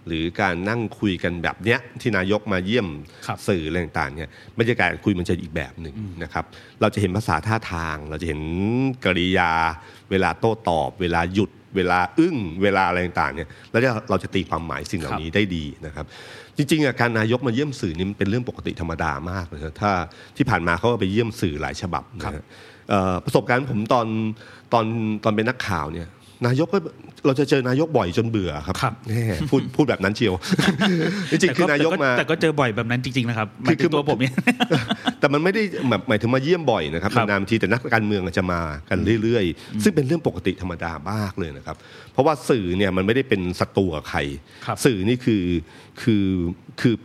S2: หรือการนั่งคุยกันแบบเนี้ยที่นายกมาเยี่ยม
S3: ครับ
S2: สื่ออะไรต่างๆเนี่ยบรรยากาศคุยมันจะอีกแบบหนึ่งนะครับเราจะเห็นภาษาท่าทาง เราจะเห็นกริยา เวลาโต้ตอบ เวลาหยุด เวลาอึ้ง เวลาอะไรต่างๆเนี่ยแล้วจะเราจะตีความหมายสิ่งเหล่า
S3: ครับ
S2: นี้ได้ดีนะครับ จริงๆอ่ะการนายกมาเยี่ยมสื่อนี่มันเป็นเรื่องปกติธรรมดามากเลยนะถ้าที่ผ่านมาเขาก็ไปเยี่ยมสื่อหลายฉบับนะฮะเอ่อประสบการณ์ผมตอนตอนตอนเป็นนักข่าวเนี่ย นายกก็เราจะเจอนายกบ่อยจนเบื่อครับ
S3: ครับ
S2: แน่พูดพูดแบบนั้นเชียว จริงๆคือนายกมา
S3: แต่ก็เจอบ่อยแบบนั้นจริงๆนะครับหมาย
S2: คื
S3: ถึ
S2: อ
S3: งตัวผมเนี่ย
S2: แต่มันไม่ได้แบบหมายถึงมาเยี่ยมบ่อยนะครับ
S3: ครับ
S2: นานๆทีแต่นักการเมืองอาจจะมากันเรื่อยๆ ซึ่งเป็นเรื่องปกติธรรมดามากเลยนะครับ เพราะว่าสื่อเนี่ยมันไม่ได้เป็นศัตรูกับใคร
S3: ครับ
S2: สื่อนี่คือคือคือ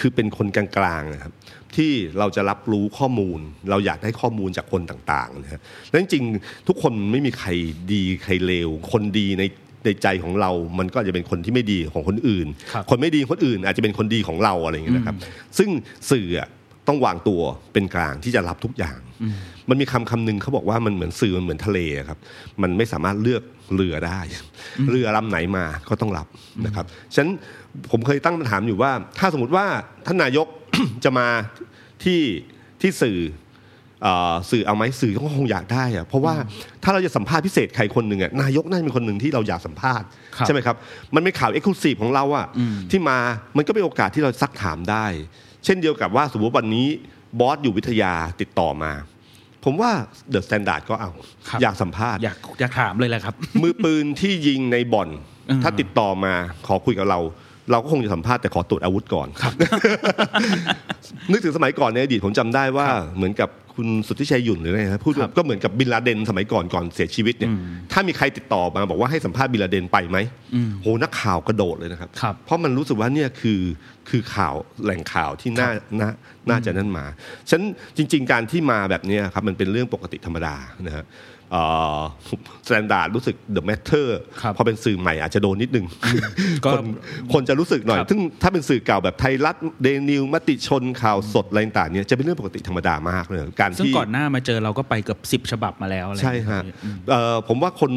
S2: คือเป็นคนกลางๆนะครับที่เราจะรับรู้ข้อมูล เราอยากได้ข้อมูลจากคนต่างๆนะฮะแล้วจริงๆทุกคนไม่มีใครดีใครเลวคนดีในในใจของเรา มันก็อาจจะเป็นคนที่ไม่ดีของคนอื่น
S3: ครับ
S2: คนไม่ดีคนอื่นอาจจะเป็นคนดีของเราอะไรอย่างเงี้ยนะครับ ซึ่งสื่ออะต้องวางตัวเป็นกลางที่จะรับทุกอย่าง มันมีคำคำหนึ่งเขาบอกว่ามันเหมือนสื่อมันเหมือนทะเลอะครับ มันไม่สามารถเลือกเรือได้ เรือลำไหนมาก็ต้องรับนะครับฉะนั้นผมเคยตั้งคำถามอยู่ว่า ถ้าสมมติว่าท่านนายก จะมาที่ที่สื่อ เอ่อสื่อเอาไหมสื่อก็คงอยากได้อะเพราะว่าถ้าเราจะสัมภาษณ์พิเศษใครคนหนึ่งอะนายกน่าจะเป็นคนหนึ่งที่เราอยากสัมภาษณ์
S3: ครับ
S2: ใช่ไหมครับ มันเป็นข่าวเอกลุศีของเราอะที่มามันก็เป็นโอกาสที่เราซักถามได้ เช่นเดียวกับว่าสมมติวันนี้บอสอยู่วิทยาติดต่อมา ผมว่าเดอะสแตนดาร์ดก็เอา
S3: ครับ
S2: อยากสัมภาษณ์
S3: อยากอยากถามเลยแหละครับ
S2: มือปืนที่ยิงในบ่อน
S3: อ่า
S2: ถ้าติดต่อมาขอคุยกับเรา เราก็คงจะสัมภาษณ์แต่ขอตรวจอาวุธก่อนครับ นึกถึงสมัยก่อนในอดีตผมจำได้ว่าเหมือนกับคุณสุทธิชัยหยุ่นหรืออะไรนะพูด
S3: ครับ
S2: ก็เหมือนกับบินลาเดนสมัยก่อนก่อนเสียชีวิตเนี่ยถ้ามีใครติดต่อมาบอกว่าให้สัมภาษณ์บินลาเดนไปไหม
S3: อืม
S2: โหนักข่าวกระโดดเลยนะครับ
S3: ครับ
S2: เพราะมันรู้สึกว่าเนี่ยคือคือข่าวแหล่งข่าวที่น่าน่าน่าจะนั่นมาฉะนันจริง ๆ การที่มาแบบเนี้ยครับมันเป็นเรื่องปกติธรรมดานะฮะสแตนดาร์ดรู้สึกเดอะแมทเทอร์
S3: ครับ
S2: พอเป็นสื่อใหม่อาจจะโดนนิดนึง
S3: ก็
S2: คนคนจะรู้สึกหน่อย
S3: ครับ
S2: ซึ่งถ้าเป็นสื่อเก่าแบบไทยรัฐเดนิวมติชนข่าวสดอะไรต่างๆเนี่ยจะเป็นเรื่องปกติธรรมดามากเลยการ
S3: ซึ่ง
S2: ที่
S3: ก่อนหน้ามาเจอเราก็ไปเกือบสิบฉบับมาแล้วอะไร
S2: ใช่ฮะเอ่อผมว่าคน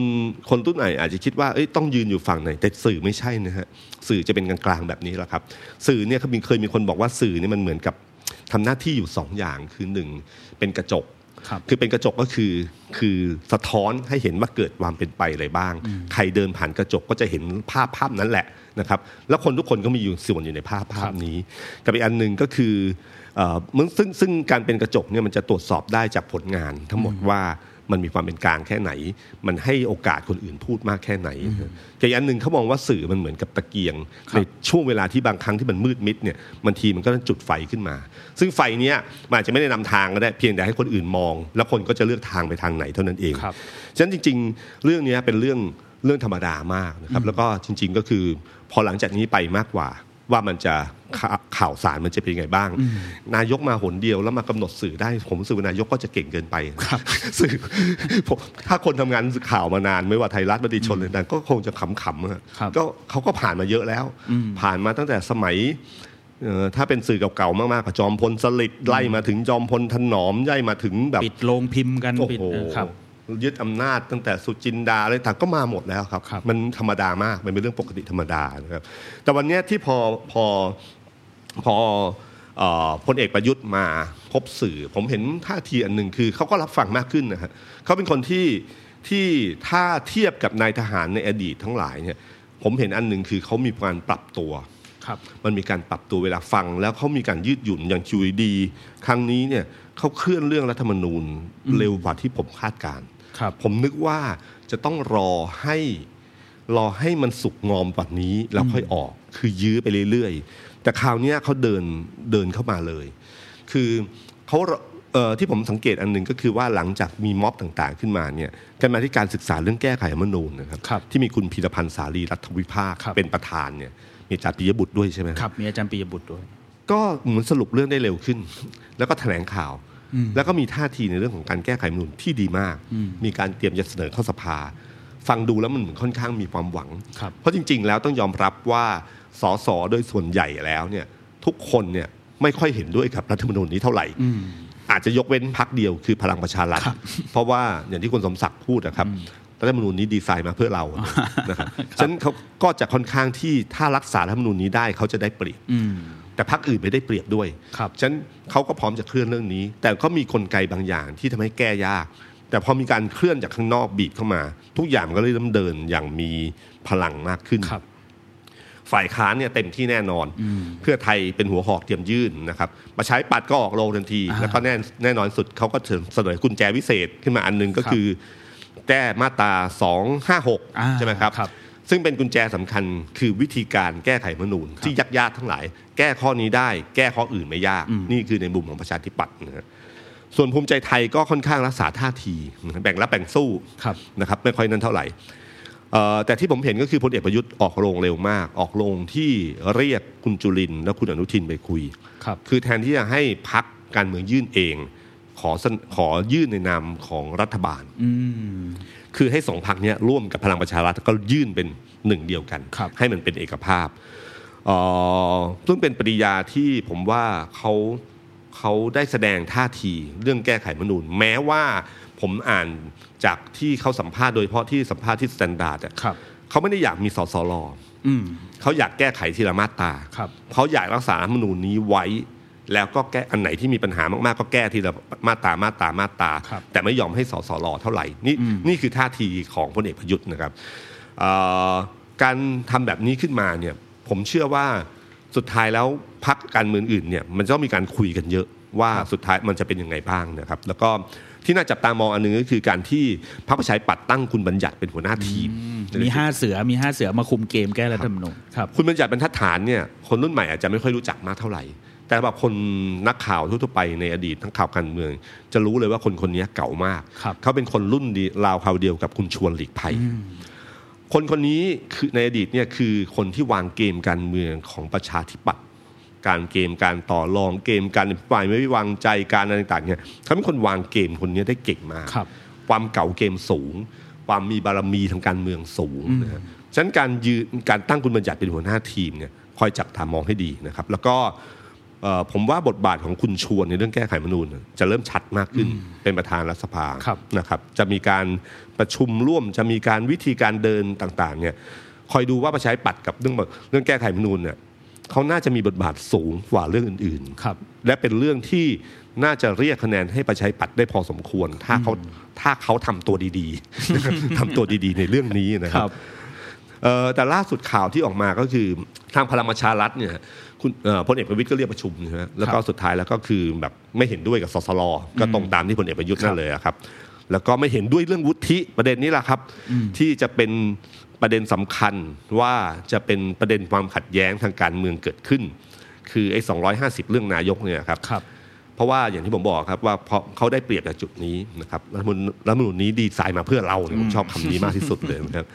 S2: คนรุ่นใหม่อาจจะคิดว่าเอ้ยต้องยืนอยู่ฝั่งไหนแต่สื่อไม่ใช่นะฮะสื่อจะเป็นกลางๆแบบนี้แหละครับ สื่อเนี่ยเขามีเคยมีคนบอกว่าสื่อเนี่ยมันเหมือนกับทำหน้าที่อยู่สองอย่างคือหนึ่งเป็นกระจก
S3: ครับ
S2: คือเป็นกระจกก็คือคือสะท้อนให้เห็นว่าเกิดความเป็นไปอะไรบ้าง ใครเดินผ่านกระจกก็จะเห็นภาพภาพนั้นแหละนะครับ แล้วคนทุกคนก็มีอยู่ส่วนอยู่ในภาพภาพนี้ กับอีกอันหนึ่งก็คือเอ่อมึงซึ่งซึ่งการเป็นกระจกเนี่ยมันจะตรวจสอบได้จากผลงานทั้งหมดว่ามันมีความเป็นกลางแค่ไหน มันให้โอกาสคนอื่นพูดมากแค่ไหนกับอีกอันหนึ่งเขามองว่าสื่อมันเหมือนกับตะเกียง
S3: ครับ
S2: ในช่วงเวลาที่บางครั้งที่มันมืดมิดเนี่ยบางทีมันก็ต้องจุดไฟขึ้นมา ซึ่งไฟเนี้ยมันอาจจะไม่ได้นำทางก็ได้เพียงแต่ให้คนอื่นมอง แล้วคนก็จะเลือกทางไปทางไหนเท่านั้นเอง
S3: ครับ
S2: ฉะนั้นจริง ๆ เรื่องเนี้ยเป็นเรื่องเรื่องธรรมดามากนะครับแล้วก็จริง ๆ ก็คือพอหลังจากนี้ไปมากกว่า ว่ามันจะข่าข่าวสารมันจะเป็นยังไงบ้าง นายกมาหนเดียวแล้วมากำหนดสื่อได้ ผมรู้สึกว่านายกก็จะเก่งเกินไป สื่อผมถ้าคนทำงานข่าวมานานไม่ว่าไทยรัฐมติชนเลยนะก็คงจะขำๆอะ
S3: ครับ
S2: ก็เขาก็ผ่านมาเยอะแล้ว ผ่านมาตั้งแต่สมัยเอ่อถ้าเป็นสื่อเก่าๆมากๆกับจอมพลสฤษดิ์ไล่มาถึงจอมพลถนอมไล่มาถึงแบบ
S3: ปิดโรงพิมพ์กัน
S2: โอ้
S3: ปิด
S2: โห
S3: เออครับ
S2: ยึดอำนาจตั้งแต่สุจินดาอะไรต่างก็มาหมดแล้วครับ
S3: ครับ
S2: มันธรรมดามากมันเป็นเรื่องปกติธรรมดานะครับแต่วันเนี้ยที่พอพอพอเอ่อพลเอกประยุทธ์มาพบสื่อ ผมเห็นท่าทีอันหนึ่งคือเขาก็รับฟังมากขึ้นนะฮะเขาเป็นคนที่ที่ถ้าเทียบกับนายทหารในอดีตทั้งหลายเนี่ยผมเห็นอันหนึ่งคือเขามีการปรับตัว
S3: ครับ
S2: มันมีการปรับตัวเวลาฟัง แล้วเขามีการยืดหยุ่นอย่าง QED ครั้งนี้เนี่ยเขาเคลื่อนเรื่องรัฐธรรมนูญเร็วกว่าที่ผมคาดการณ์
S3: ครับ
S2: ผมนึกว่าจะต้องรอให้รอให้มันสุกงอมกว่านี้แล้วค่อยออก คือยื้อไปเรื่อยๆ แต่คราวเนี้ยเขาเดินเดินเข้ามาเลย คือเขาเอ่อที่ผมสังเกตอันหนึ่งก็คือว่าหลังจากมีม็อบต่างๆขึ้นมาเนี่ยการมาที่การศึกษาเรื่องแก้ไขรัฐธรรมนูญนะครับ
S3: ครับ
S2: ที่มีคุณพีรพันธ์สารีรัฐวิภาค
S3: ครับ
S2: เป็นประธานเนี่ยมีอาจารย์ปิยบุตรด้วยใช่ไหม
S3: ครับมีอาจารย์ปียบุตรด้วย
S2: ก็เหมือนสรุปเรื่องได้เร็วขึ้น แล้วก็แถลงข่าว แล้วก็มีท่าทีในเรื่องของการแก้ไขรัฐธรรมนุนที่ดีมาก มีการเตรียมจะเสนอเข้าสภา ฟังดูแล้วมันเหมือนค่อนข้างมีความหวัง
S3: ครับ
S2: เพราะจริง ๆ แล้วต้องยอมรับว่าสสโดยส่วนใหญ่แล้วเนี่ยทุกคนเนี่ยไม่ค่อยเห็นด้วยกับรัฐธรรมนูญนี้เท่าไหร่ อาจจะยกเว้นพักเดียวคือพลังประชารัฐ เพราะว่าอย่างที่คุณสมศักดิ์พูดนะครับ รัฐธรรมนูญนี้ดีไซน์มาเพื่อเรา นะครับฉะนั้นเขาก็จะค่อนข้างที่ถ้ารักษารัฐธรรมนูญนี้ได้เขาจะได้เปรียบ
S3: อืม
S2: แต่พรรคอื่นไม่ได้เปรียบด้วย
S3: ครับ
S2: ฉะนันเขาก็พร้อมจะเคลื่อนเรื่องนี้ แต่ก็มีกลไกบางอย่างที่ทำให้แก้ยาก แต่พอมีการเคลื่อนจากข้างนอกบีบเข้ามา ทุกอย่างมันก็เลยเริ่มเดินอย่างมีพลังมากขึ้น
S3: ครับ
S2: ฝ่ายค้านเนี่ยเต็มที่แน่นอน เพื่อไทยเป็นหัวหอกเตรียมยื่นนะครับประชาธิปัตย์ก็ออกโรงทันที
S3: อ่า
S2: แล้วก็แน่แน่นอนสุดเขาก็เสนอกุญแจวิเศษขึ้นมาอันหนึงก็
S3: ครับ
S2: คือแก้มาตรา
S3: อ่า
S2: 256 ใช่ไหมครับ
S3: ครับ
S2: ซึ่งเป็นกุญแจสำคัญคือวิธีการแก้ไขรัฐธรรมนูญที่ยักยากทั้งหลาย แก้ข้อนี้ได้ แก้ข้ออื่นไม่ยาก นี่คือในมุมของประชาธิปัตย์นะฮะส่วนภูมิใจไทยก็ค่อนข้างรักษาท่าทีนะแบ่งรับแบ่งสู้
S3: ครับ
S2: นะครับไม่ค่อยนั้นเท่าไหร่เอ่อแต่ที่ผมเห็นก็คือพลเอกประยุทธ์ออกโรงเร็วมาก ออกโรงที่เรียกคุณจุลินทร์และคุณอนุทินไปคุย
S3: ครับ
S2: คือแทนที่จะให้พักการเมืองยื่นเอง ขอเสนขอยื่นในนามของรัฐบาล
S3: อืม
S2: คือให้สองพักเนี้ยร่วมกับพลังประชารัฐก็ยื่นเป็นหนึ่งเดียวกัน
S3: ครับ
S2: ให้มันเป็นเอกภาพเอ่อซึ่งเป็นปริยาที่ผมว่าเขาเขาได้แสดงท่าทีเรื่องแก้ไขรัฐธรรมนูญแม้ว่าผมอ่านจากที่เขาสัมภาษณ์โดยเฉพาะที่สัมภาษณ์ที่สแตนดาร์ดอะ
S3: ครับ
S2: เขาไม่ได้อยากมีสสร
S3: อืม
S2: เขาอยากแก้ไขทีละมาตรา
S3: ครับ
S2: เขาอยากรักษารัฐธรรมนูญนี้ไว้ แล้วก็แก้อันไหนที่มีปัญหามากๆ ก็แก้ทีละมาตรามาตรามาตรา
S3: ครับ
S2: แต่ไม่ยอมให้สสรเท่าไหร่นี่นี่คือท่าทีของพลเอกประยุทธ์นะครับเอ่อการทำแบบนี้ขึ้นมาเนี่ยผมเชื่อว่าสุดท้ายแล้วพักการเมืองอื่นเนี่ยมันจะต้องมีการคุยกันเยอะว่าสุดท้ายมันจะเป็นยังไงบ้างนะครับ แล้วก็ที่น่าจับตามองอันหนึงก็คือการที่พรรคประชาธิปัตย์ตั้งคุณบัญญัติเป็นหัวหน้าทีม
S3: มีห้าเสือมีห้าเสือมาคุมเกมแก้รัฐธรรมนูญครับ
S2: คุณบัญญัติบรรทัดฐานเนี่ยคนรุ่นใหม่อาจจะไม่ค่อยรู้จักมากเท่าไหร่ แต่แบบคนนักข่าวทั่วๆไปในอดีตนักข่าวการเมือง จะรู้เลยว่าคนคนนี้เก่ามาก
S3: ครับ
S2: เขาเป็นคนรุ่นดีราวคราวเดียวกับคุณชวนหลีกภัย คนคนนี้คือในอดีตเนี่ยคือคนที่วางเกมการเมืองของประชาธิปัตย์การเกมการต่อรองเกมการอภิปรายไม่ไว้วางใจการอะไรต่างๆเนี่ยเขาเป็นคนวางเกมคนนี้ได้เก่งมาก
S3: ครับ
S2: ความเก่าเกมสูง ความมีบารมีทางการเมืองสูงนะฮะฉะนั้นการยืนการตั้งคุณบัญญัติเป็นหัวหน้าทีมเนี่ยคอยจับตามองให้ดีนะครับ แล้วก็เอ่อผมว่าบทบาทของคุณชวนในเรื่องแก้ไขรัฐธรรมนูญน่ะจะเริ่มชัดมากขึ้นเป็นประธานรัฐสภา
S3: ครับ
S2: นะครับ จะมีการประชุมร่วมจะมีการวิธีการเดินต่างๆเนี่ยคอยดูว่าประชาธิปัตย์กับเรื่องเรื่องแก้ไขรัฐธรรมนูญเนี่ยเขาน่าจะมีบทบาทสูงกว่าเรื่องอื่นๆ
S3: ครับ
S2: และเป็นเรื่องที่น่าจะเรียกคะแนนให้ประชาธิปัตย์ได้พอสมควร ถ้าเขาถ้าเขาทำตัวดีๆ นะครับทำตัวดีๆ ในเรื่องนี้นะค
S3: ครั
S2: รับบ เอ่อแต่ล่าสุดข่าวที่ออกมาก็คือทางพลังประชารัฐเนี่ยคุณเอ่อพลเอกประวิตยก็เรียกประชุมนะฮะแล้วก็สุดท้ายแล้วก็คือแบบไม่เห็นด้วยกับสสรก็ตรงตามที่พลเอกประยุทธ์นั่นเลยอะครับ แล้วก็ไม่เห็นด้วยเรื่องวุฒิประเด็นนี้แหละครับ ที่จะเป็นประเด็นสำคัญว่าจะเป็นประเด็นความขัดแย้งทางการเมืองเกิดขึ้น คือไอ้250 เรื่องนายกเนี่ยครับ
S3: ครับ
S2: เพราะว่าอย่างที่ผมบอกครับว่าเพราะเขาได้เปรียบจากจุดนี้นะครับรัฐธรรมนูญรัฐธรรมนูญนี้ดีไซน์มาเพื่อเราเนี่ยผมชอบคำนี้มากที่สุดเลยนะครับ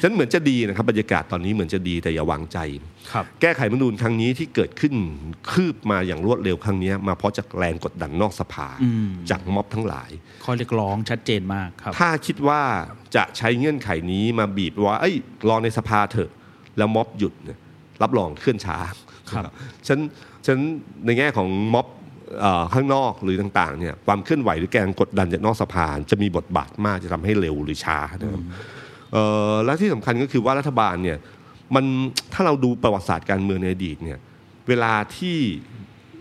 S2: ฉะนันเหมือนจะดีนะครับบรรยากาศตอนนี้เหมือนจะดีแต่อย่าวางใจ
S3: ครับ
S2: แก้ไขรัฐธรรมนูญครั้งนี้ที่เกิดขึ้นคืบมาอย่างรวดเร็วครั้งเนี้ยมาเพราะจากแรงกดดันนอกสภา
S3: อืม
S2: จากม็อบทั้งหลาย
S3: ข้อเรียกร้องชัดเจนมากครับ
S2: ถ้าคิดว่าจะใช้เงื่อนไขนี้มาบีบว่า เอ้ยรอในสภาเถอะ แล้วม็อบหยุดเนี่ยรับรองเคลื่อนช้า
S3: ครับ
S2: ฉันฉันในแง่ของม็อบเอ่อข้างนอกหรือต่างๆเนี่ยความเคลื่อนไหวหรือแกงกดดันจากนอกสภาจะมีบทบาทมากจะทำให้เร็วหรือช้านะครับเอ่อและที่สำคัญก็คือว่ารัฐบาลเนี่ยมันถ้าเราดูประวัติศาสตร์การเมืองในอดีตเนี่ยเวลาที่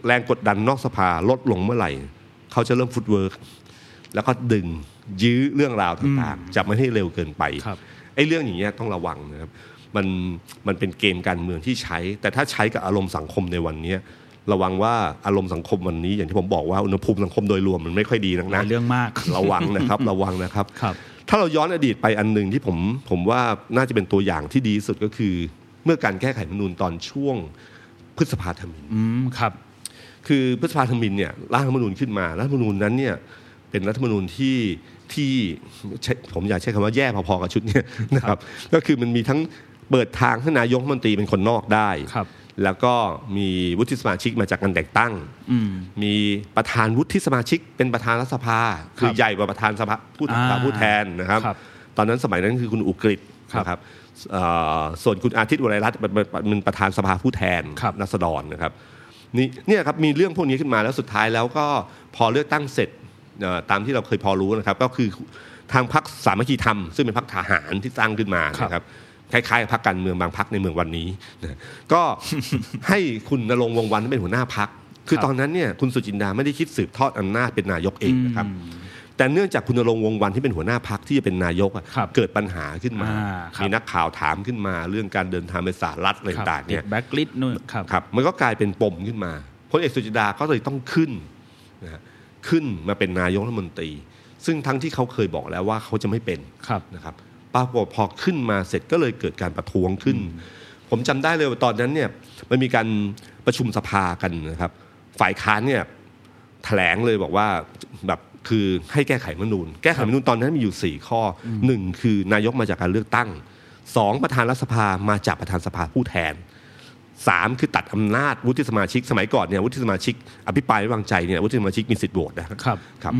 S2: แรงกดดันนอกสภาลดลงเมื่อไหร่ เขาจะเริ่มฟุตเวิร์ก แล้วก็ดึงยื้อเรื่องราวต่างๆจะไม่ให้เร็วเกินไป
S3: ครับ
S2: ไอ้เรื่องอย่างเงี้ยต้องระวังนะครับมันมันเป็นเกมการเมืองที่ใช้ แต่ถ้าใช้กับอารมณ์สังคมในวันเนี้ยระวังว่าอารมณ์สังคมวันนี้ อย่างที่ผมบอกว่าอุณหภูมิสังคมโดยรวมมันไม่ค่อยดีนัก
S3: ห
S2: นะ
S3: ลายเรื่องมาก
S2: ระวังนะครับระวังนะครับ
S3: ครับ
S2: ถ้าเราย้อนอดีตไปอันหนึ่งที่ผมผมว่าน่าจะเป็นตัวอย่างที่ดีที่สุดก็คือ เมื่อการแก้ไขรัฐธรรมนูญตอนช่วงพฤษภาธมิน
S3: อืม ครับ
S2: คือพฤษภาธมินเนี่ยร่างรัฐธรรมนูญขึ้นมารัฐธรรมนูญนั้นเนี่ยเป็นรัฐธรรมนูญที่ที่ใช้ผมอยากใช้คำว่าแย่ พอๆกับชุดเนี้นะครับก็คือมันมีทั้งเปิดทางให้นายกรัฐมนตรีเป็นคนนอกได้
S3: ครับ
S2: แล้วก็มีวุฒิสมาชิกมาจากการแต่งตั้ง
S3: อืม
S2: มีประธานวุฒิสมาชิกเป็นประธานรัฐสภา คือใหญ่กว่าประธานสภาผู้
S3: อ่า
S2: สภาผู้แทนนะครับ
S3: ครับ
S2: ตอนนั้นสมัยนั้นคือคุณอุกฤษ
S3: ครับ
S2: นะครับเอ่อส่วนคุณอาทิตย์วรัยรัตน์เป็นเป็นเป็นประธานสภาผู้แทน
S3: ครับ
S2: รัษฎรนะครับนี่เนี่ยครับมีเรื่องพวกนี้ขึ้นมาแล้วสุดท้ายแล้วก็พอเลือกตั้งเสร็จเอ่อตามที่เราเคยพอรู้นะครับ ก็คือ ทางพรรคสามัคคีธรรม ซึ่งเป็นพรรคทหารที่ตั้งขึ้นมานะครับคล้ายๆกับพรรคการเมืองบางพรรคในเมืองวันนี้ นะก็ ให้คุณนรงค์วงศ์วันเป็นหัวหน้าพรรคคือ
S3: ครับ
S2: ตอนนั้นเนี่ยคุณสุจินดาไม่ได้คิดสืบทอดอำนาจเป็นนายกเองนะครับ แต่เนื่องจากคุณณรงค์วงศ์วันที่เป็นหัวหน้าพักที่จะเป็นนายกอะ
S3: ครับ
S2: เกิดปัญหาขึ้นมา
S3: อ่าครับ
S2: มีนักข่าวถามขึ้นมา เรื่องการเดินทางไปสหรัฐอะไรต่างๆเนี่ย
S3: แบ็กลิสนู่นครับ
S2: ครับมันก็กลายเป็นปมขึ้นมาพลเอกสุจินดาก็เลยต้องขึ้นนะฮะขึ้นมาเป็นนายกรัฐมนตรี ซึ่งทั้งที่เขาเคยบอกแล้วว่าเขาจะไม่เป็น
S3: ครับ
S2: นะครับปรากฏพอขึ้นมาเสร็จก็เลยเกิดการประท้วงขึ้น ผมจำได้เลยว่าตอนนั้นเนี่ยมันมีการประชุมสภากันนะครับ ฝ่ายค้านเนี่ยแถลงเลยบอกว่าแบบคือให้แก้ไขรัฐธรรมนูญแก้ไขรัฐธรรมนูญตอนนั้นมีอยู่ 4 ข้ออหนึ่งคือนายกมาจากการเลือกตั้งสองประธานรัฐสภามาจากประธานสภาผู้แทนสามคือตัดอำนาจวุฒิสมาชิก สมัยก่อนเนี่ยวุฒิสมาชิก อภิปรายไม่วางใจเนี่ยวุฒิสมาชิกมีสิทธิ์โหวตนะครับ ครับ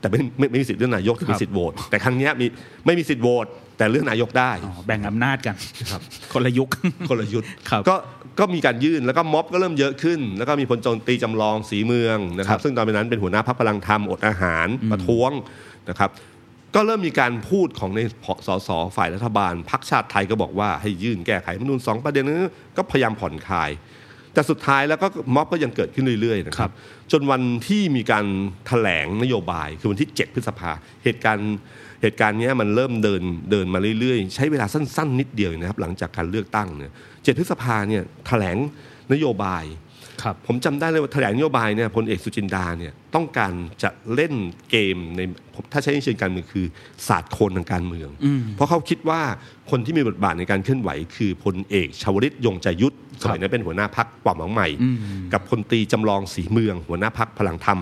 S2: แต่ไม่ไม่ไม่มีสิทธิ์เรื่องนายก
S3: ครั
S2: มี
S3: บ
S2: สิทธิ์โหวตแต่ครั้งเนี้ยมีไม่มีสิทธิ์โหวตแต่เรื่องนายกได้
S3: อ๋อแบ่งอำนาจกัน
S2: ครับ
S3: คนละยุค
S2: กลยุทธ์
S3: ครับ
S2: ก็ก็มีการยื่นแล้วก็ม็อบก็เริ่มเยอะขึ้น แล้วก็มีพลโจรตีจำลองสีเมืองนะครั
S3: ครับ บ
S2: ซึ่งตอนนั้นเป็นหัวหน้าพรรคพลังธรรมอดอาหารประท้วงนะครับ ก็เริ่มมีการพูดของในสสฝ่ายรัฐบาลพรรคชาติไทยก็บอกว่าให้ยื่นแก้ไขรัฐธรรมนูญสองประเด็นนั้นก็พยายามผ่อนคลาย แต่สุดท้ายแล้วก็ม็อบก็ยังเกิดขึ้นเรื่อยๆนะค
S3: ครั
S2: รับ
S3: บ
S2: จนวันที่มีการแถลงนโยบายคือวันที่ 7 พฤษภาเหตุการณ์เหตุการณ์เนี้ยมันเริ่มเดินเดินมาเรื่อยๆ ใช้เวลาสั้น ๆ นิดเดียวนะครับ หลังจากการเลือกตั้งเนี่ย7พฤษภาเนี่ยแถลงนโยบาย
S3: ครับ
S2: ผมจำได้เลยว่าแถลงนโยบายเนี่ยพลเอกสุจินดาเนี่ยต้องการจะเล่นเกมในผมถ้าใช้ในเชิงการเมืองคือศาสตร์โคนทางการเมือง เพราะเขาคิดว่าคนที่มีบทบาทในการเคลื่อนไหว คือพลเอกชวลิตยงใจยุทธสมัยนั้นเป็นหัวหน้าพักความหวังใหม่ กับพลตรีจำลองสีเมือง หัวหน้าพักพลังธรรม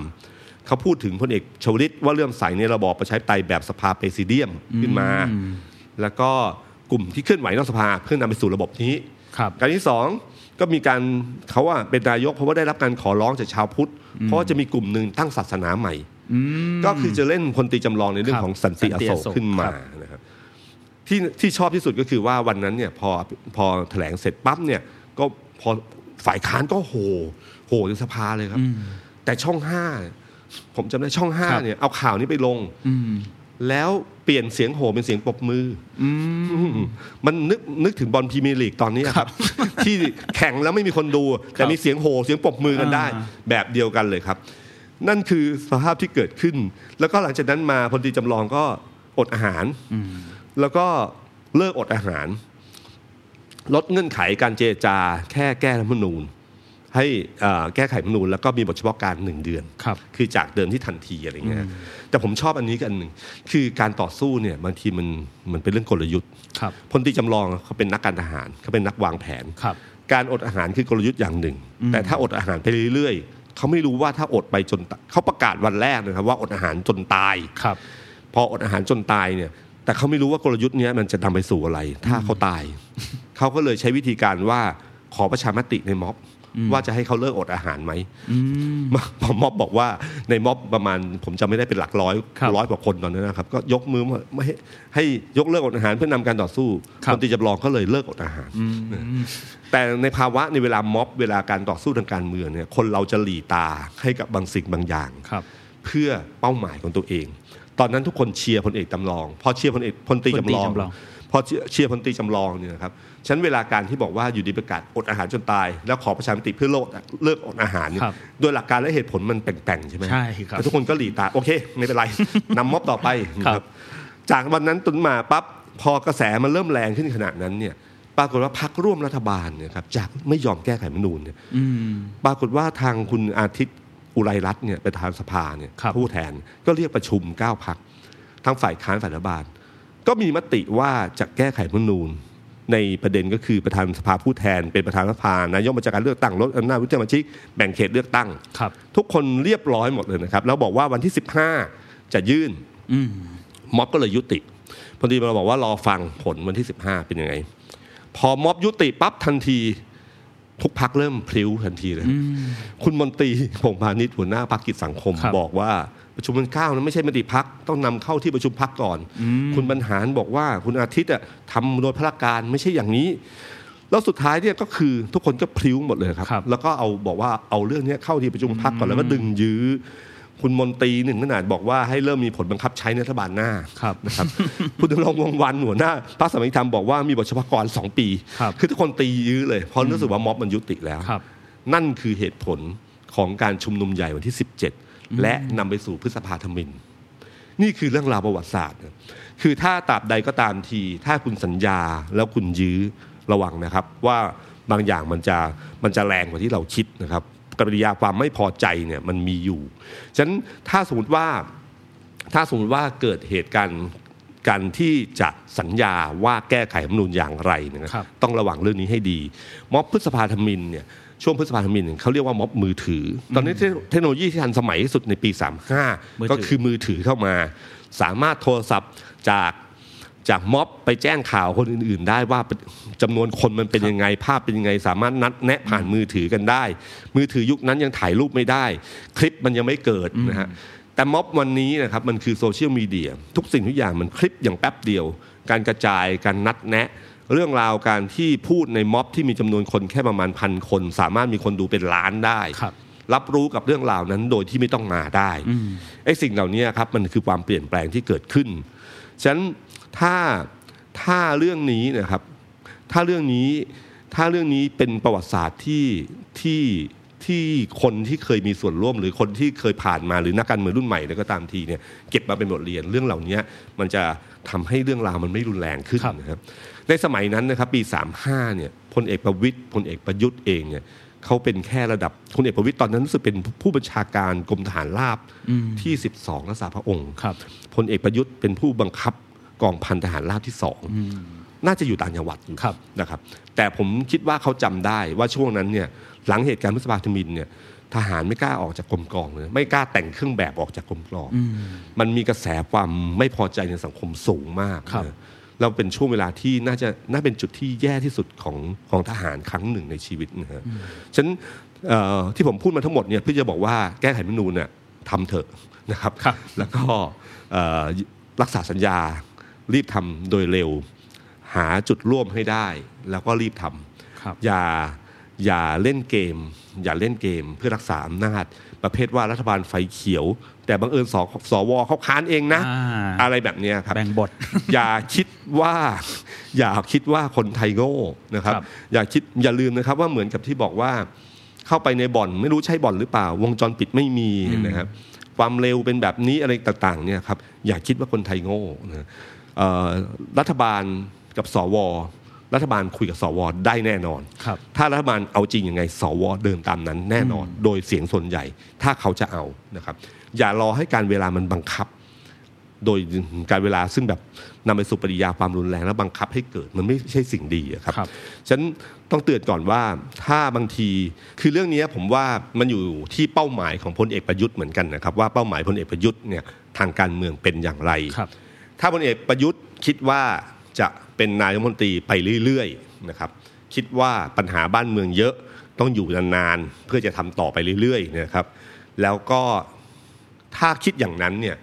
S2: เขาพูดถึงพลเอกชวลิตว่าเรื่องใสในระบอบประชาธิปไตยแบบสภาเปรซิเดียมขึ้นมา แล้วก็กลุ่มที่เคลื่อนไหวนอกสภาเพื่อนำไปสู่ระบบนี้
S3: ครับ
S2: การที่สองก็มีการเขาว่าเป็นนายกเพราะว่าได้รับการขอร้องจากชาวพุทธ เพราะว่าจะมีกลุ่มหนึ่งตั้งศาสนาใหม่ ก็คือจะเล่นพลตรีจำลองในเรื่อ
S3: ครั
S2: ง
S3: บ
S2: ของสันติ
S3: สั
S2: อน
S3: ติ
S2: โศ
S3: อก โศก
S2: ขึ้นมา
S3: ครับ
S2: นะครับที่ที่ชอบที่สุดก็คือว่าวันนั้นเนี่ยพอพอแถลงเสร็จปั๊บเนี่ยก็พอฝ่ายค้านก็โหโหถึงสภาเลยครับ แต่ช่องห้าผมจำได้ช่องห้าเนี่ยเอาข่าวนี้ไปลง
S3: อืม
S2: แล้วเปลี่ยนเสียงโห่เป็นเสียงปรบมืออมันนึกนึกถึงบอลพรีเมียร์ลีกตอนนี้ครับ ที่แข่งแล้วไม่มีคนดู แต่มีเสียงโห่เสียงปรบมือกันได้
S3: อ่า
S2: แบบเดียวกันเลยครับ นั่นคือสภาพที่เกิดขึ้น แล้วก็หลังจากนั้นมาพลตรีจำลองก็อดอาหาร แล้วก็เลิกอดอาหาร ลดเงื่อนไขการเจรจา แค่แก้รัฐธรรมนูญ ให้เอ่อแก้ไขรัฐธรรมนูญแล้วก็มีบทเฉพาะการหนึ่งเดือน
S3: ครับ
S2: คือจากเดิมที่ทันทีอะไรเงี้ย แต่ผมชอบอันนี้กันหนึ่ง คือการต่อสู้เนี่ยบางทีมันมันเป็นเรื่องกลยุทธ์
S3: ครับ
S2: พลตรีจำลองเขาเป็นนักการทหารเขาเป็นนักวางแผน
S3: ครับ
S2: การอดอาหารคือกลยุทธ์อย่างหนึ่ง แต่ถ้าอดอาหารไปเรื่อยๆ เขาไม่รู้ว่าถ้าอดไปจนตายเขาประกาศวันแรกนะครับว่าอดอาหารจนตาย
S3: ครับ
S2: พออดอาหารจนตายเนี่ย แต่เขาไม่รู้ว่ากลยุทธ์เนี้ยมันจะนำไปสู่อะไร ถ้าเขาตาย เขาก็เลยใช้วิธีการว่าขอประชามติในม็อบ ว่าจะให้เขาเลิกอดอาหารไหมพอม็อบบอก ว่าในม็อบประมาณ ผมจำไม่ได้เป็นหลักร้อย
S3: ครับ
S2: ร้อยกว่าคนตอนนั้นนะครับ ก็ยกมือว่าไม่ให้ให้ยกเลิกอดอาหารเพื่อนำการต่อสู้
S3: ครับ
S2: นตรีจำลองก็เลยเลิกอดอาหาร แต่ในภาวะในเวลาม็อบเวลาการต่อสู้ทางการเมืองเนี่ยคนเราจะหลีตาให้กับบางสิ่งบางอย่าง
S3: ครับ
S2: เพื่อเป้าหมายของตัวเอง ตอนนั้นทุกคนเชียร์พลเอกจำลอง พอเชียร์พลเอกพลตรีจำลอง
S3: พลตรีจำลอง
S2: พอเชียร์เชียร์พลตรีจำลองเนี่ยนะครับฉะนันเวลาการที่บอกว่าอยู่ดีประกาศอดอาหารจนตาย แล้วขอประชามติเพื่อโลดเลิกอดอาหารเนี่ย
S3: ครับ
S2: โดยหลักการและเหตุผลมันแปลงๆใช่ไหม
S3: ใช่ครับ
S2: แล้วทุกคนก็หลีตาโอเค ไม่เป็นไร นำม็อบต่อไปนะครับ จากวันนั้นจนมาปั๊บพอกระแสมันเริ่มแรงขึ้นขนาดนั้นเนี่ยปรากฏว่าพักร่วมรัฐบาลเนี่ยครับจากไม่ยอมแก้ไขรัฐธรรมนูญเนี่ย
S3: อืม
S2: ปรากฏว่าทางคุณอาทิตย์อุไรรัตน์เนี่ยประธานสภาเนี่ย
S3: ครับ
S2: ผู้แทนก็เรียกประชุมเก้าพักทั้งฝ่ายค้านฝ่ายรัฐบาล ก็มีมติว่าจะแก้ไขรัฐธรรมนูญ ในประเด็นก็คือประธานสภาผู้แทน เป็นประธานสภานายกมาจากการเลือกตั้งลดอำนาจวุฒิสมาชิกแบ่งเขตเลือกตั้ง
S3: ครับ
S2: ทุกคนเรียบร้อยหมดเลยนะครับ แล้วบอกว่าวันที่ 15 จะยื่น
S3: อืม
S2: ม็อบก็เลยยุติพอดีเราบอกว่ารอฟังผลวันที่ 15 เป็นยังไง พอม็อบยุติปั๊บทันที ทุกพักเริ่มพลิ้วทันทีเลย คุณมนตรีพงษ์พาณิชย์หัวหน้าพักกิจสังคม
S3: ครับ
S2: บอกว่าประชุมมันเก้านั้นไม่ใช่มติพักต้องนำเข้าที่ประชุมพักก่อน คุณบรรหารบอกว่าคุณอาทิตย์อะทำโดยพระการไม่ใช่อย่างนี้ แล้วสุดท้ายเนี่ยก็คือทุกคนก็พลิ้วหมดเลยครับ
S3: ครับ
S2: แล้วก็เอาบอกว่าเอาเรื่องเนี้ยเข้าที่ประชุมพักก่อนแล้วก็ดึงยื้อ คุณมนตรีหนึ่งขนาดบอกว่าให้เริ่มมีผลบังคับใช้ในรัฐบาลหน้า
S3: ครับ
S2: นะครับ คุณดำรงวงศ์วันหัวหน้าพรรคสมัยธรรมบอกว่ามีบทเฉพาะกรสองปี
S3: ครับ
S2: อทุกคนตียื้อเลยเพราะรู้สึกว่าม็อบมันยุติแล้ว
S3: ครับ
S2: นั่นคือเหตุผลของการชุมนุมใหญ่วันที่ 17 และนำไปสู่พฤษภาธมิน นี่คือเรื่องราวประวัติศาสตร์นะคือถ้าตราบใดก็ตามที ถ้าคุณสัญญาแล้วคุณยื้อระวังนะครับ ว่าบางอย่างมันจะมันจะแรงกว่าที่เราคิดนะครับกริยาความไม่พอใจเนี่ยมันมีอยู่ฉะนั้นถ้าสมมติว่า ถ้าสมมติว่าเกิดเหตุการณ์การที่จะสัญญาว่าแก้ไขรัฐธรรมนูญอย่างไรเนยนะครับ ต้องระวังเรื่องนี้ให้ดี ม็อบพฤษภาธมินเนี่ยช่วงพฤษภาธมินเนี่ยเขาเรียกว่าม็อบมือถือ ตอนนี้เทคโนโลยีที่ทันสมัยที่สุดในปี
S3: มือ
S2: 35
S3: ถือ
S2: ก็คือมือถือเข้ามา สามารถโทรศัพท์จากจากม็อบไปแจ้งข่าวคนอื่น ๆ ได้ว่าจำนวนคนมันเป็นยังไงภาพเป็นยังไง สามารถนัดแนะผ่านมือถือกันได้ มือถือยุคนั้นยังถ่ายรูปไม่ได้ คลิปมันยังไม่เกิดนะฮะ แต่ม็อบวันนี้นะครับมันคือโซเชียลมีเดียทุกสิ่งทุกอย่างมันคลิปอย่างแป๊บเดียว การกระจายการนัดแนะ เรื่องราวการที่พูดในม็อบที่มีจำนวนคนแค่ประมาณพันคน สามารถมีคนดูเป็นล้านได้
S3: ครับ
S2: รับรู้กับเรื่องราวนั้นโดยที่ไม่ต้องมาได้ไอ้สิ่งเหล่านี้ครับมันคือความเปลี่ยนแปลงที่เกิดขึ้น ฉะนั้นถ้าถ้าเรื่องนี้นะครับ ถ้าเรื่องนี้ถ้าเรื่องนี้เป็นประวัติศาสตร์ที่ที่ที่คนที่เคยมีส่วนร่วม หรือคนที่เคยผ่านมาหรือนักการเมืองรุ่นใหม่แล้วก็ตามทีเนี่ยเก็บมาเป็นบทเรียนเรื่องเหล่านี้มันจะทำให้เรื่องราวมันไม่รุนแรงขึ้น
S3: ครับ
S2: นะครับ ในสมัยนั้นนะครับปี 35เนี่ยพลเอกประวิตยพลเอกประยุทธ์เองเนี่ยเขาเป็นแค่ระดับพลเอกประวิตยตอนนั้นรู้สึกเป็นผู้บัญชาการกรมทหารราบที่ 12รักษาพระองค์
S3: ครับ
S2: พลเอกประยุทธ์เป็นผู้บังคับกองพันทหารราบที่สองน่าจะอยู่ต่างจังหวัดอยู่
S3: ครับ
S2: นะครับ แต่ผมคิดว่าเขาจำได้ว่าช่วงนั้นเนี่ยหลังเหตุการณ์พฤษภาธมินเนี่ยทหารไม่กล้าออกจากกรมกองเลย ไม่กล้าแต่งเครื่องแบบออกจากกรมกองมันมีกระแสความไม่พอใจในสังคมสูงมาก
S3: ครับ
S2: นะเราเป็นช่วงเวลาที่น่าจะน่าเป็นจุดที่แย่ที่สุดของของทหารครั้งหนึ่งในชีวิตนะฮะฉะนันเอ่อที่ผมพูดมาทั้งหมดเนี่ยเพื่อจะบอกว่าแก้ไขรัฐธรรมนูญน่ะทำเถอะ นะครับ
S3: ครับ
S2: แล้วก็เอ่อรักษาสัญญารีบทำโดยเร็ว หาจุดร่วมให้ได้ แล้วก็รีบท
S3: ครับ
S2: ำอย่าอย่าเล่นเกม อย่าเล่นเกมเพื่อรักษาอำนาจ ประเภทว่ารัฐบาลไฟเขียว แต่บังเอิญสสวเขาค้านเองนะ
S3: อ่า
S2: อะไรแบบเนี้ยครับ
S3: แบ่งบท
S2: อย่าคิดว่าอย่าคิดว่าคนไทยโง่นะครับ
S3: ครับ
S2: อย่าคิดอย่าลืมนะครับว่าเหมือนกับที่บอกว่าเข้าไปในบ่อนไม่รู้ใช่บ่อนหรือเปล่า วงจรปิดไม่มีนะครับ ความเร็วเป็นแบบนี้อะไรต่างๆเนี่ยครับอย่าคิดว่าคนไทยโง่นะเอ่อรัฐบาลกับสว รัฐบาลคุยกับสว ได้แน่นอน
S3: ครับ
S2: ถ้ารัฐบาลเอาจริงยังไงสวเดินตามนั้นแน่นอน โดยเสียงส่วนใหญ่ถ้าเขาจะเอานะครับ อย่ารอให้การเวลามันบังคับ โดยการเวลาซึ่งแบบนำไปสู่ปฏิยาความรุนแรงและบังคับให้เกิดมันไม่ใช่สิ่งดีอะครับ
S3: ครับ
S2: ฉะนันต้องเตือนก่อนว่าถ้าบางทีคือเรื่องนี้ผมว่ามันอยู่ที่เป้าหมายของพลเอกประยุทธ์เหมือนกันนะครับว่าเป้าหมายพลเอกประยุทธ์เนี่ยทางการเมืองเป็นอย่างไร
S3: ครับ
S2: ถ้าพลเอกประยุทธ์คิดว่าจะเป็นนายกรัฐมนตรีไปเรื่อยๆนะครับคิดว่าปัญหาบ้านเมืองเยอะต้องอยู่นานๆเพื่อจะทำต่อไปเรื่อยๆนะครับ แล้วก็ถ้าคิดอย่างนั้นเนี่ย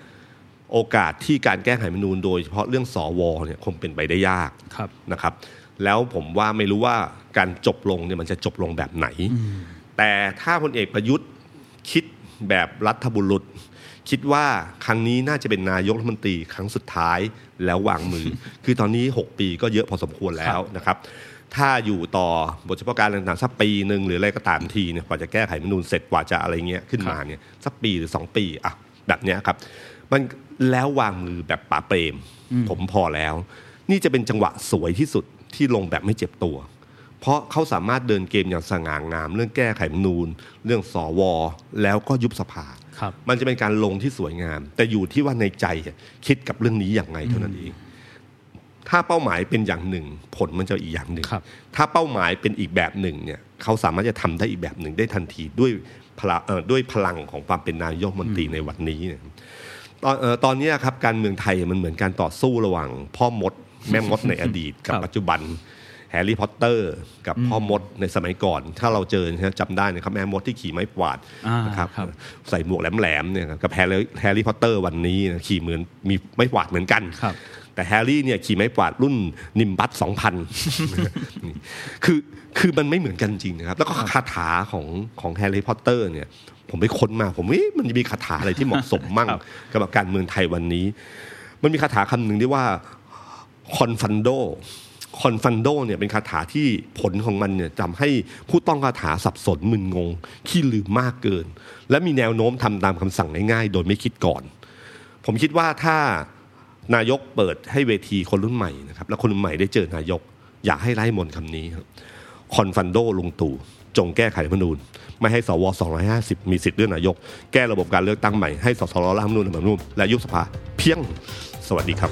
S2: โอกาสที่การแก้ไขรัฐธรรมนูญโดยเฉพาะเรื่องสวเนี่ยคงเป็นไปได้ยาก
S3: ครับ
S2: นะครับแล้วผมว่าไม่รู้ว่าการจบลงเนี่ยมันจะจบลงแบบไหน แต่ถ้าพลเอกประยุทธ์คิดแบบรัฐบุรุษ คิดว่าครั้งนี้น่าจะเป็นนายกรัฐมนตรีครั้งสุดท้ายแล้ววางมือ คือตอนนี้ 6 ปีก็เยอะพอสมควรแล้วนะครับ ถ้าอยู่ต่อบทเฉพาะการต่างๆสักปีหนึ่งหรืออะไรก็ตามทีเนี่ยกว่าจะแก้ไขรัฐธรรมนูญเสร็จกว่าจะอะไรเงี้ยขึ้นมาเนี่ยสักปีหรือ 2 ปีอ่ะแบบเนี้ยครับ มันแล้ววางมือแบบป่าเปรมผมพอแล้ว นี่จะเป็นจังหวะสวยที่สุดที่ลงแบบไม่เจ็บตัว เพราะเขาสามารถเดินเกมอย่างสง่างาม เรื่องแก้ไขรัฐธรรมนูญ เรื่องสอวอแล้วก็ยุบสภา
S3: ครับ
S2: มันจะเป็นการลงที่สวยงาม แต่อยู่ที่ว่าในใจคิดกับเรื่องนี้อย่างไงเท่านั้นเอง ถ้าเป้าหมายเป็นอย่างหนึ่ง ผลมันจะอีกอย่างหนึ่ง
S3: ครับ
S2: ถ้าเป้าหมายเป็นอีกแบบหนึ่งเนี่ยเขาสามารถจะทำได้อีกแบบหนึ่งได้ทันทีด้วยพลังเอ่อด้วยพลังของความเป็นนายกรัฐมนตรีในวันนี้เนี่ย ตอนเอ่อตอนเนี้ยครับการเมืองไทยมันเหมือนการต่อสู้ระหว่างพ่อมด แม่มดในอดีต กับ
S3: ครับ
S2: ปัจจุบันแฮร์รี่พอตเตอร์ กับพ่อมดในสมัยก่อน ถ้าเราเจอนะฮะจำได้นะครับแม่มดที่ขี่ไม้กวาด
S3: อ่าน
S2: นะครับ
S3: ครับ
S2: ใส่หมวกแหลมๆเนี่ยครับกับแฮร์รี่แฮร์รี่พอตเตอร์วันนี้นะขี่เหมือนมีไม้กวาดเหมือนกัน
S3: ครับ
S2: แต่แฮร์รี่เนี่ยขี่ไม้กวาดรุ่นนิมบัตสองพั น คือคือมันไม่เหมือนกันจริงนะครับ แล้วก็คาถาของของแฮร์รี่พอตเตอร์เนี่ย ผมไปค้นมา ผมว่ามันจะมีคาถาอะไรที่เหมาะสมมั่ง
S3: ครับ
S2: กับการเมืองไทยวันนี้ มันมีคาถาคำหนึ่งที่ว่าคอนฟันโดคอนฟันโดเนี่ยเป็นคาถาที่ผลของมันเนี่ยทำให้ผู้ต้องคาถาสับสนมึนงงขี้ลืมมากเกิน และมีแนวโน้มทำตามคำสั่งง่ายๆ โดยไม่คิดก่อน ผมคิดว่าถ้านายกเปิดให้เวทีคนรุ่นใหม่นะครับ และคนรุ่นใหม่ได้เจอนายก อยากให้ไล่มนต์คำนี้ครับคอนฟันโดลุงตู่จงแก้ไขรัฐธรรมนูญไม่ให้สว250 มีสิทธิ์เลือกนายก แก้ระบบการเลือกตั้งใหม่ให้สสรร่างรัฐธรรมนูญแบบนุ่มและยุบสภาเพียงสวัสดีครับ